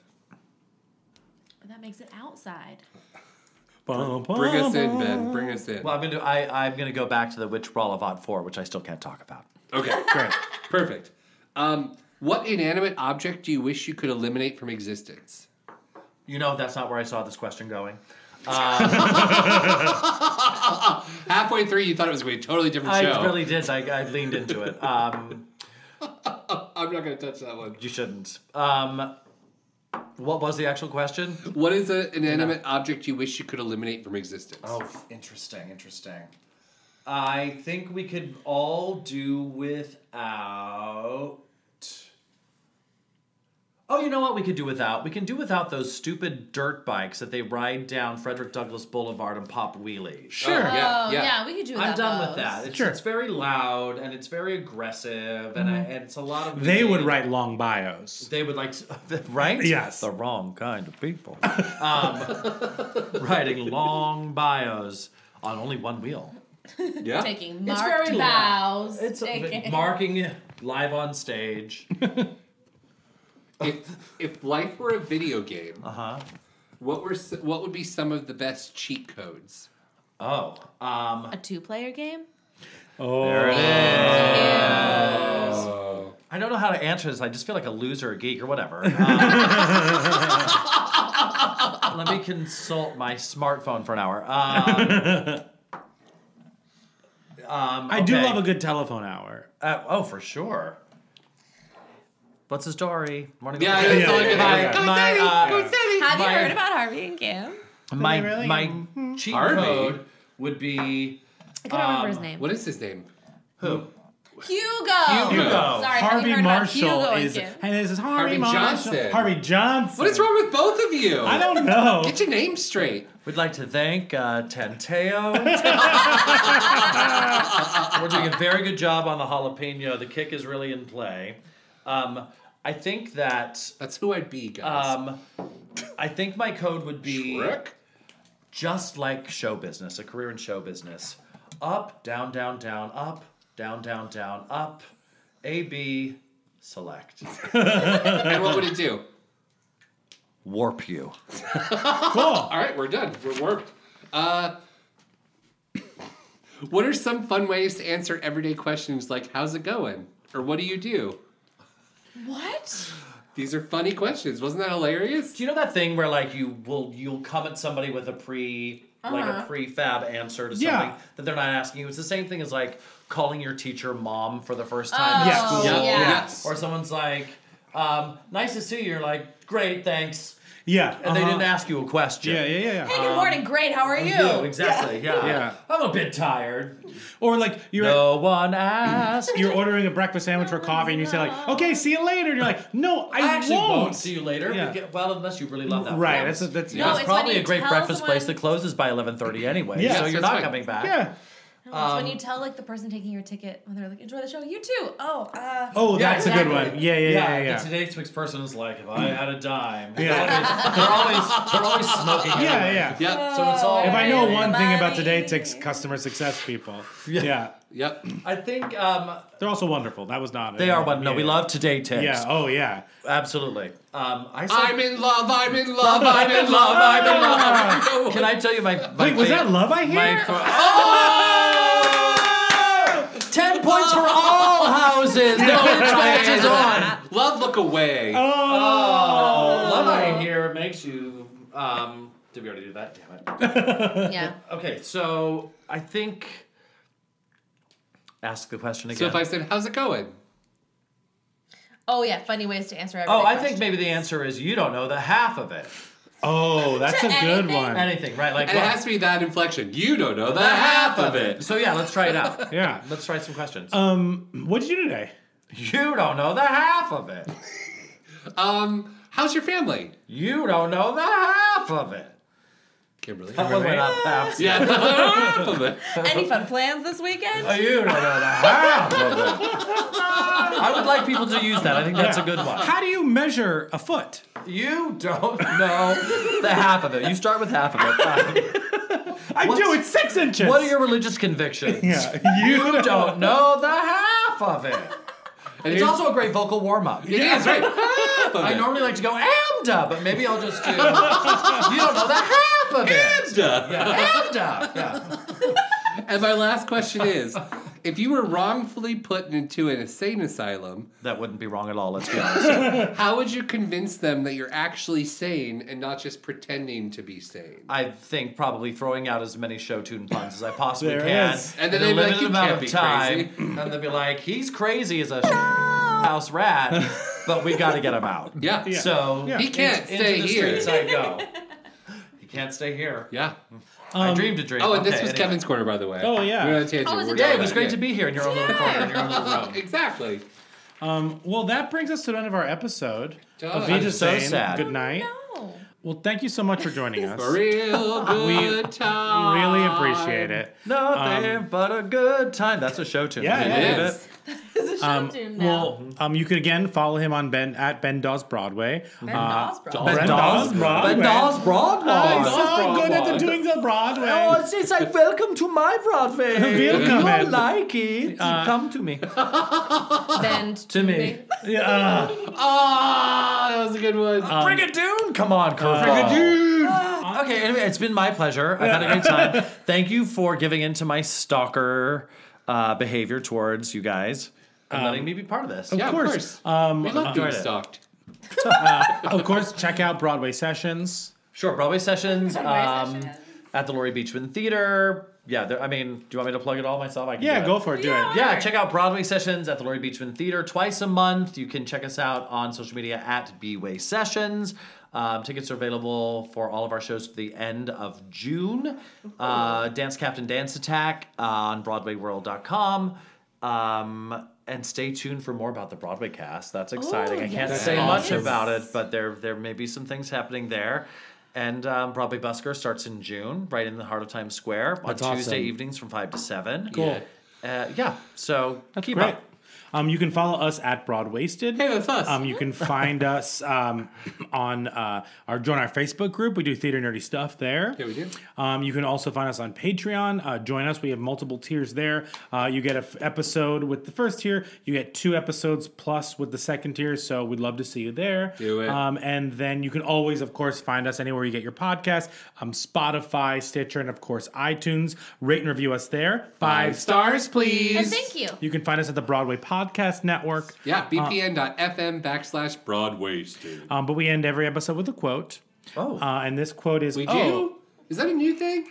That makes it outside.
Bring us in, Ben. Bring us in.
Well, I'm gonna I, I'm gonna go back to the Witch Brawl of Odd Four, which I still can't talk about.
Okay, perfect. Um, what inanimate object do you wish you could eliminate from existence?
You know that's not where I saw this question going.
Halfway through, you thought it was going to be a totally different show.
I really did. I, I leaned into it. Um,
I'm not going to touch that one.
you shouldn't. Um, what was the actual question?
What is an inanimate object you wish you could eliminate from existence?
Oh, interesting, interesting. I think we could all do without. Oh, oh, you know what we could do without? We can do without those stupid dirt bikes that they ride down Frederick Douglass Boulevard and pop wheelies.
Sure. Oh, yeah, yeah. yeah, we could do
I'm
without
done
those.
with that. It's, it's very loud and it's very aggressive
Mm-hmm.
and, I, and it's a lot of.
They would write long bios.
They would like, right?
Yes.
The wrong kind of people. um, writing long bios on only one wheel.
Taking
It's
marked
very loud.
bows.
It's
taking-
marking live on stage.
if if life were a video game, uh-huh. what were s- what would be some of the best cheat codes?
Oh, um,
a two-player game.
oh,
there it is.
Oh.
I don't know how to answer this. I just feel like a loser, a geek, or whatever. Um, let me consult my smartphone for an hour. Uh, Um, um,
I do
okay.
love a good telephone hour.
Uh, oh, for sure. What's the story? Morning
Yeah,
glory.
yeah, yeah,
My-
yeah, yeah.
my, uh,
Have you
my-
heard about Harvey and Kim?
My
Really?
my
Mhm.
cheat
Harvey?
code would be.
I couldn't remember
Um,
his name.
What is his name?
Who?
Hugo.
Hugo.
Sorry, have
Harvey
you heard
Marshall
about Hugo
is,
and Kim?
and this is Harvey,
Harvey
Marshall.
Johnson.
Harvey Johnson.
What is wrong with both of you?
I don't know.
Get your name straight.
We'd like to thank uh, Tanteo. We're doing a very good job on the jalapeno. The kick is really in play. Um, I think that
that's who I'd be, guys.
Um, I think my code would be
Shrek?
just like show business, a career in show business. Up, down, down, down, up, down, down, down, up. A B, select.
and what would it do?
Warp you.
cool. All right, we're done. We're worked. Uh, what are some fun ways to answer everyday questions like "How's it going?" or "What do you do?"
What?
These are funny questions. Wasn't that hilarious?
Do you know that thing where like you will you'll come at somebody with a pre like
Uh-huh.
a prefab answer to something
Yeah.
that they're not asking you? It's the same thing as like calling your teacher mom for the first
Oh,
Uh.
time at
Yes.
school.
yeah. Yes.
Or someone's like, um, nice to see you. You're like, great, thanks.
Yeah.
And they
uh-huh.
didn't ask you a question.
Yeah, yeah, yeah, yeah.
Hey, good morning. Great. How are you?
exactly. Yeah.
Yeah.
I'm a bit tired.
Or like you're
no one asked.
You're ordering a breakfast sandwich or coffee, and you say like, "Okay, see you later," and you're like, "No, I,
I actually
won't.
won't. see you later.
Yeah.
beca- well, unless you really love that.
Right,
place.
that's a- that's-
You
No,
know, it's
it's when
probably
you
a great
tell
breakfast place
someone-
that closes by eleven thirty anyway.
Yes,
so you're
that's
not
right.
coming back.
Yeah.
It's when you tell like the person taking your ticket when they're like, "Enjoy the show." You too. Oh. Uh,
Oh, that's a good
exactly.
one. Yeah, yeah, yeah, yeah. yeah.
The Today Twix person is like, if I had a dime,
Yeah.
they're always they're always smoking.
Yeah,
anyway.
yeah.
So it's all.
If I know one thing about today, takes customer success people. Yeah.
Yep.
I think um,
They're also wonderful. That was not.
They are one. No, we love today takes.
Yeah. Oh, yeah.
Absolutely. Um, I said,
I'm in love. I'm in love. I'm in love. I'm in love. I'm in love.
Can I tell you my? my
Wait, was
fa-
that love I hear?
My fa- Oh! Ten points for all houses. The Lynch match is on.
Love, look away.
Oh, love I hear makes you. Um, did we already do that? Damn it.
yeah.
Okay, so I think. Ask the question again.
So if I said, "How's it going?"
Oh yeah. Funny ways to answer.
Oh,
everyday
I
questions.
think maybe the answer is you don't know the half of it.
Oh, that's
To
a good
anything.
one.
Anything, right? Like
And it
what-
has to be that inflection. You don't know the half of it.
So yeah, let's try it out.
Yeah.
Let's try some questions.
Um, what did you do today?
You don't know the half of it.
Um, how's your family?
You don't know the half of it.
Kimberly.
That one went up half.
Yeah, the half of it.
Any fun plans this weekend?
Oh, you don't know the half of it. I would like people to use that. I think that's a good one.
How do you measure a foot?
You don't know the half of it. You start with half of it.
I do. It's six inches.
Um, what are your religious convictions?
Yeah.
You don't know the half of it. it's also a great vocal warm up.
It is, right? Half of
I
it.
normally like to go amda, but maybe I'll just do. you don't know the half of it.
Amda.
Yeah, amda. Yeah.
And my last question is if you were wrongfully put into an insane asylum,
That wouldn't be wrong at all. Let's be honest.
how would you convince them that you're actually sane and not just pretending to be sane?
I think probably throwing out as many show tune puns as I possibly
There it
can,
is. And then
in
they'd
a
be like,
limited
"You
amount
can't
of
be
time, and they'd be like, "He's crazy as a house rat, but we got to get him out."
Yeah. Yeah.
So
He can't
in-
stay
into the
here.
Streets I go. He can't stay here.
Yeah.
Um,
I dreamed a dream.
Oh, and this
Okay,
was
anyway.
Kevin's corner, by the way.
Oh, yeah.
We were on a tangent.
Oh, is it
We're
Yeah,
done
it was
with
great to be here in your own little corner, in your own little room.
Exactly.
Um, well, that brings us to the end of our episode.
Oh, Avita
Avita
so
Zayn,
sad.
Good night. Well, thank you so much for joining us.
real
we really appreciate it.
Nothing
Um,
but a good time. That's a show tune.
Yeah,
Can you
it
believe
is.
it?
Um,
tune now.
well, um, you could again follow him on Ben at Ben Dawes Broadway.
Ben
Uh,
Dawes Broadway.
Ben Dawes
Ben
Broadway.
Dawes Broadway.
I'm so
Dawes
good at
Broadway.
the doing the Broadway.
Oh, it's, it's like welcome to my Broadway.
Welcome,
You
Ed.
like it?
Uh,
Come to me.
Bend
to me.
Yeah. uh, um,
Ah, that was a good one.
Uh, Bring it down. Come
uh,
on, curveball. okay, anyway, it's been my pleasure. I've had a great time. Thank you for giving in to my stalker uh, behavior towards you guys and
Um,
letting me be part of this.
Of course. Um, enjoyed it. Uh, of course, check out Broadway Sessions.
Sure, Broadway Sessions
Broadway
um, at the Laurie Beachman Theater. Yeah, there- I mean, do you want me to plug it all myself? I can
Yeah,
do
go for it, do Yeah, it.
Yeah, check out Broadway Sessions at the Laurie Beachman Theater twice a month. You can check us out on social media at Bway Sessions. Um, tickets are available for all of our shows to the end of June.
Oh.
Uh, Dance Captain Dance Attack on BroadwayWorld.com. Um, and stay tuned for more about the Broadway cast. That's exciting. I can't
Oh, yes.
say
That's
much
awesome.
about it, but there there may be some things happening there. And um, Broadway Busker starts in June, right in the heart of Times Square, on
That's
Tuesday
awesome.
evenings from five to seven.
Cool.
Uh, yeah. So keep
Great.
up.
Um, you can follow us at Broadwasted. Hey,
that's us.
Um, you can find us um, on uh, our join our Facebook group. We do theater nerdy stuff there. Yeah,
we do.
Um, you can also find us on Patreon. Uh, join us. We have multiple tiers there. Uh, you get an episode with the first tier. You get two episodes plus with the second tier. So we'd love to see you there.
Do it.
Um, and then you can always, of course, find us anywhere you get your podcast. Um, Spotify, Stitcher, and of course iTunes. Rate and review us there. Five,
Five stars, please.
And thank you.
you can find us at the Broadway Podcast Network.
Yeah,
Uh,
bpn.fm backslash broadwasted.
um, but we end every episode with a quote.
Oh.
Uh, and this quote is
We do?
oh,
Is that a new thing?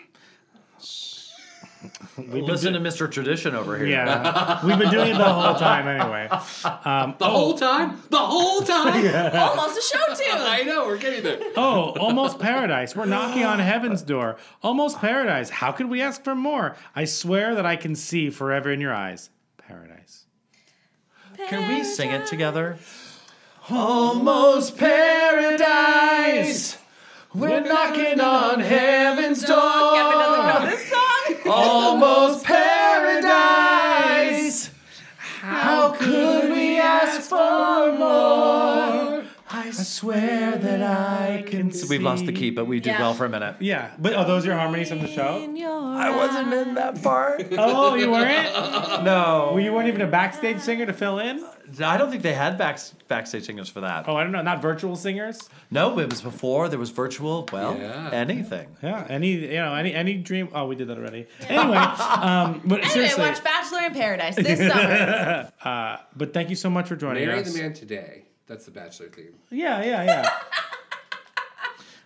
been
Listen to Mr. Tradition over here.
Yeah. We've been doing it the whole time anyway. Um,
The
oh,
whole time? The whole time?
Yeah.
Almost a show too. I know, we're getting there.
Oh, almost paradise. We're knocking on heaven's door. Almost paradise. How could we ask for more? I swear that I can see forever in your eyes. Paradise.
Can we sing it together?
Almost
paradise. We're knocking on heaven's door. Kevin doesn't know this song. Almost paradise. How could we ask for more? I swear that I can. We've lost the key, but we did
Yeah.
well for a minute.
Yeah. But are those your harmonies from the show?
I wasn't in that part.
Oh, you weren't?
No.
Well, you weren't even a backstage singer to fill in?
I don't think they had back, backstage singers for that.
Oh, I don't know. Not virtual singers?
No, it was before there was virtual. Well, anything.
Yeah, any you know any any dream. Oh, we did that already. Anyway, um, but
Anyway,
seriously,
watch Bachelor in Paradise this summer.
uh, but thank you so much for joining
Marry
us.
the man today. That's the Bachelor theme.
Yeah, yeah, yeah.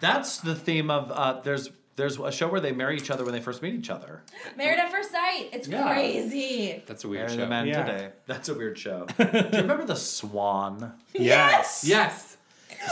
That's the theme of uh, there's there's a show where they marry each other when they first meet each other.
Married at First Sight. It's
Yeah.
crazy.
That's a weird
Marry
show.
the man
Yeah.
today. That's a weird show. Do you remember the Swan?
Yes.
Yes.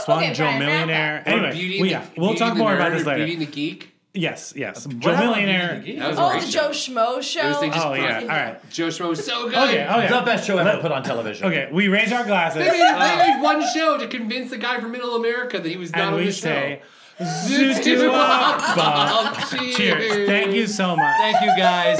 Swan
Okay,
Joe
Brian, wrap
Millionaire.
up. Or
Anyway,
Beauty
we,
and the-
yeah, we'll
Beauty
talk
and the
more about
Nerd
this
or
later.
Beauty and
the Geek.
Yes, yes.
What
Joe
happened to
Millionaire.
Beauty and the Geek?
That was a
Oh,
great
the
show.
Joe Schmo show.
was- they just
oh yeah.
broke
All right.
Joe Schmo was so good.
Okay. uh, Okay.
The best show ever put on television.
Oh, Okay. We raise our
They
glasses.
made, they made one show to convince the guy from Middle America that he was not
and
on
we
the
say.
show.
Zoot to a bop. Cheers. Thank you so much.
Thank you guys.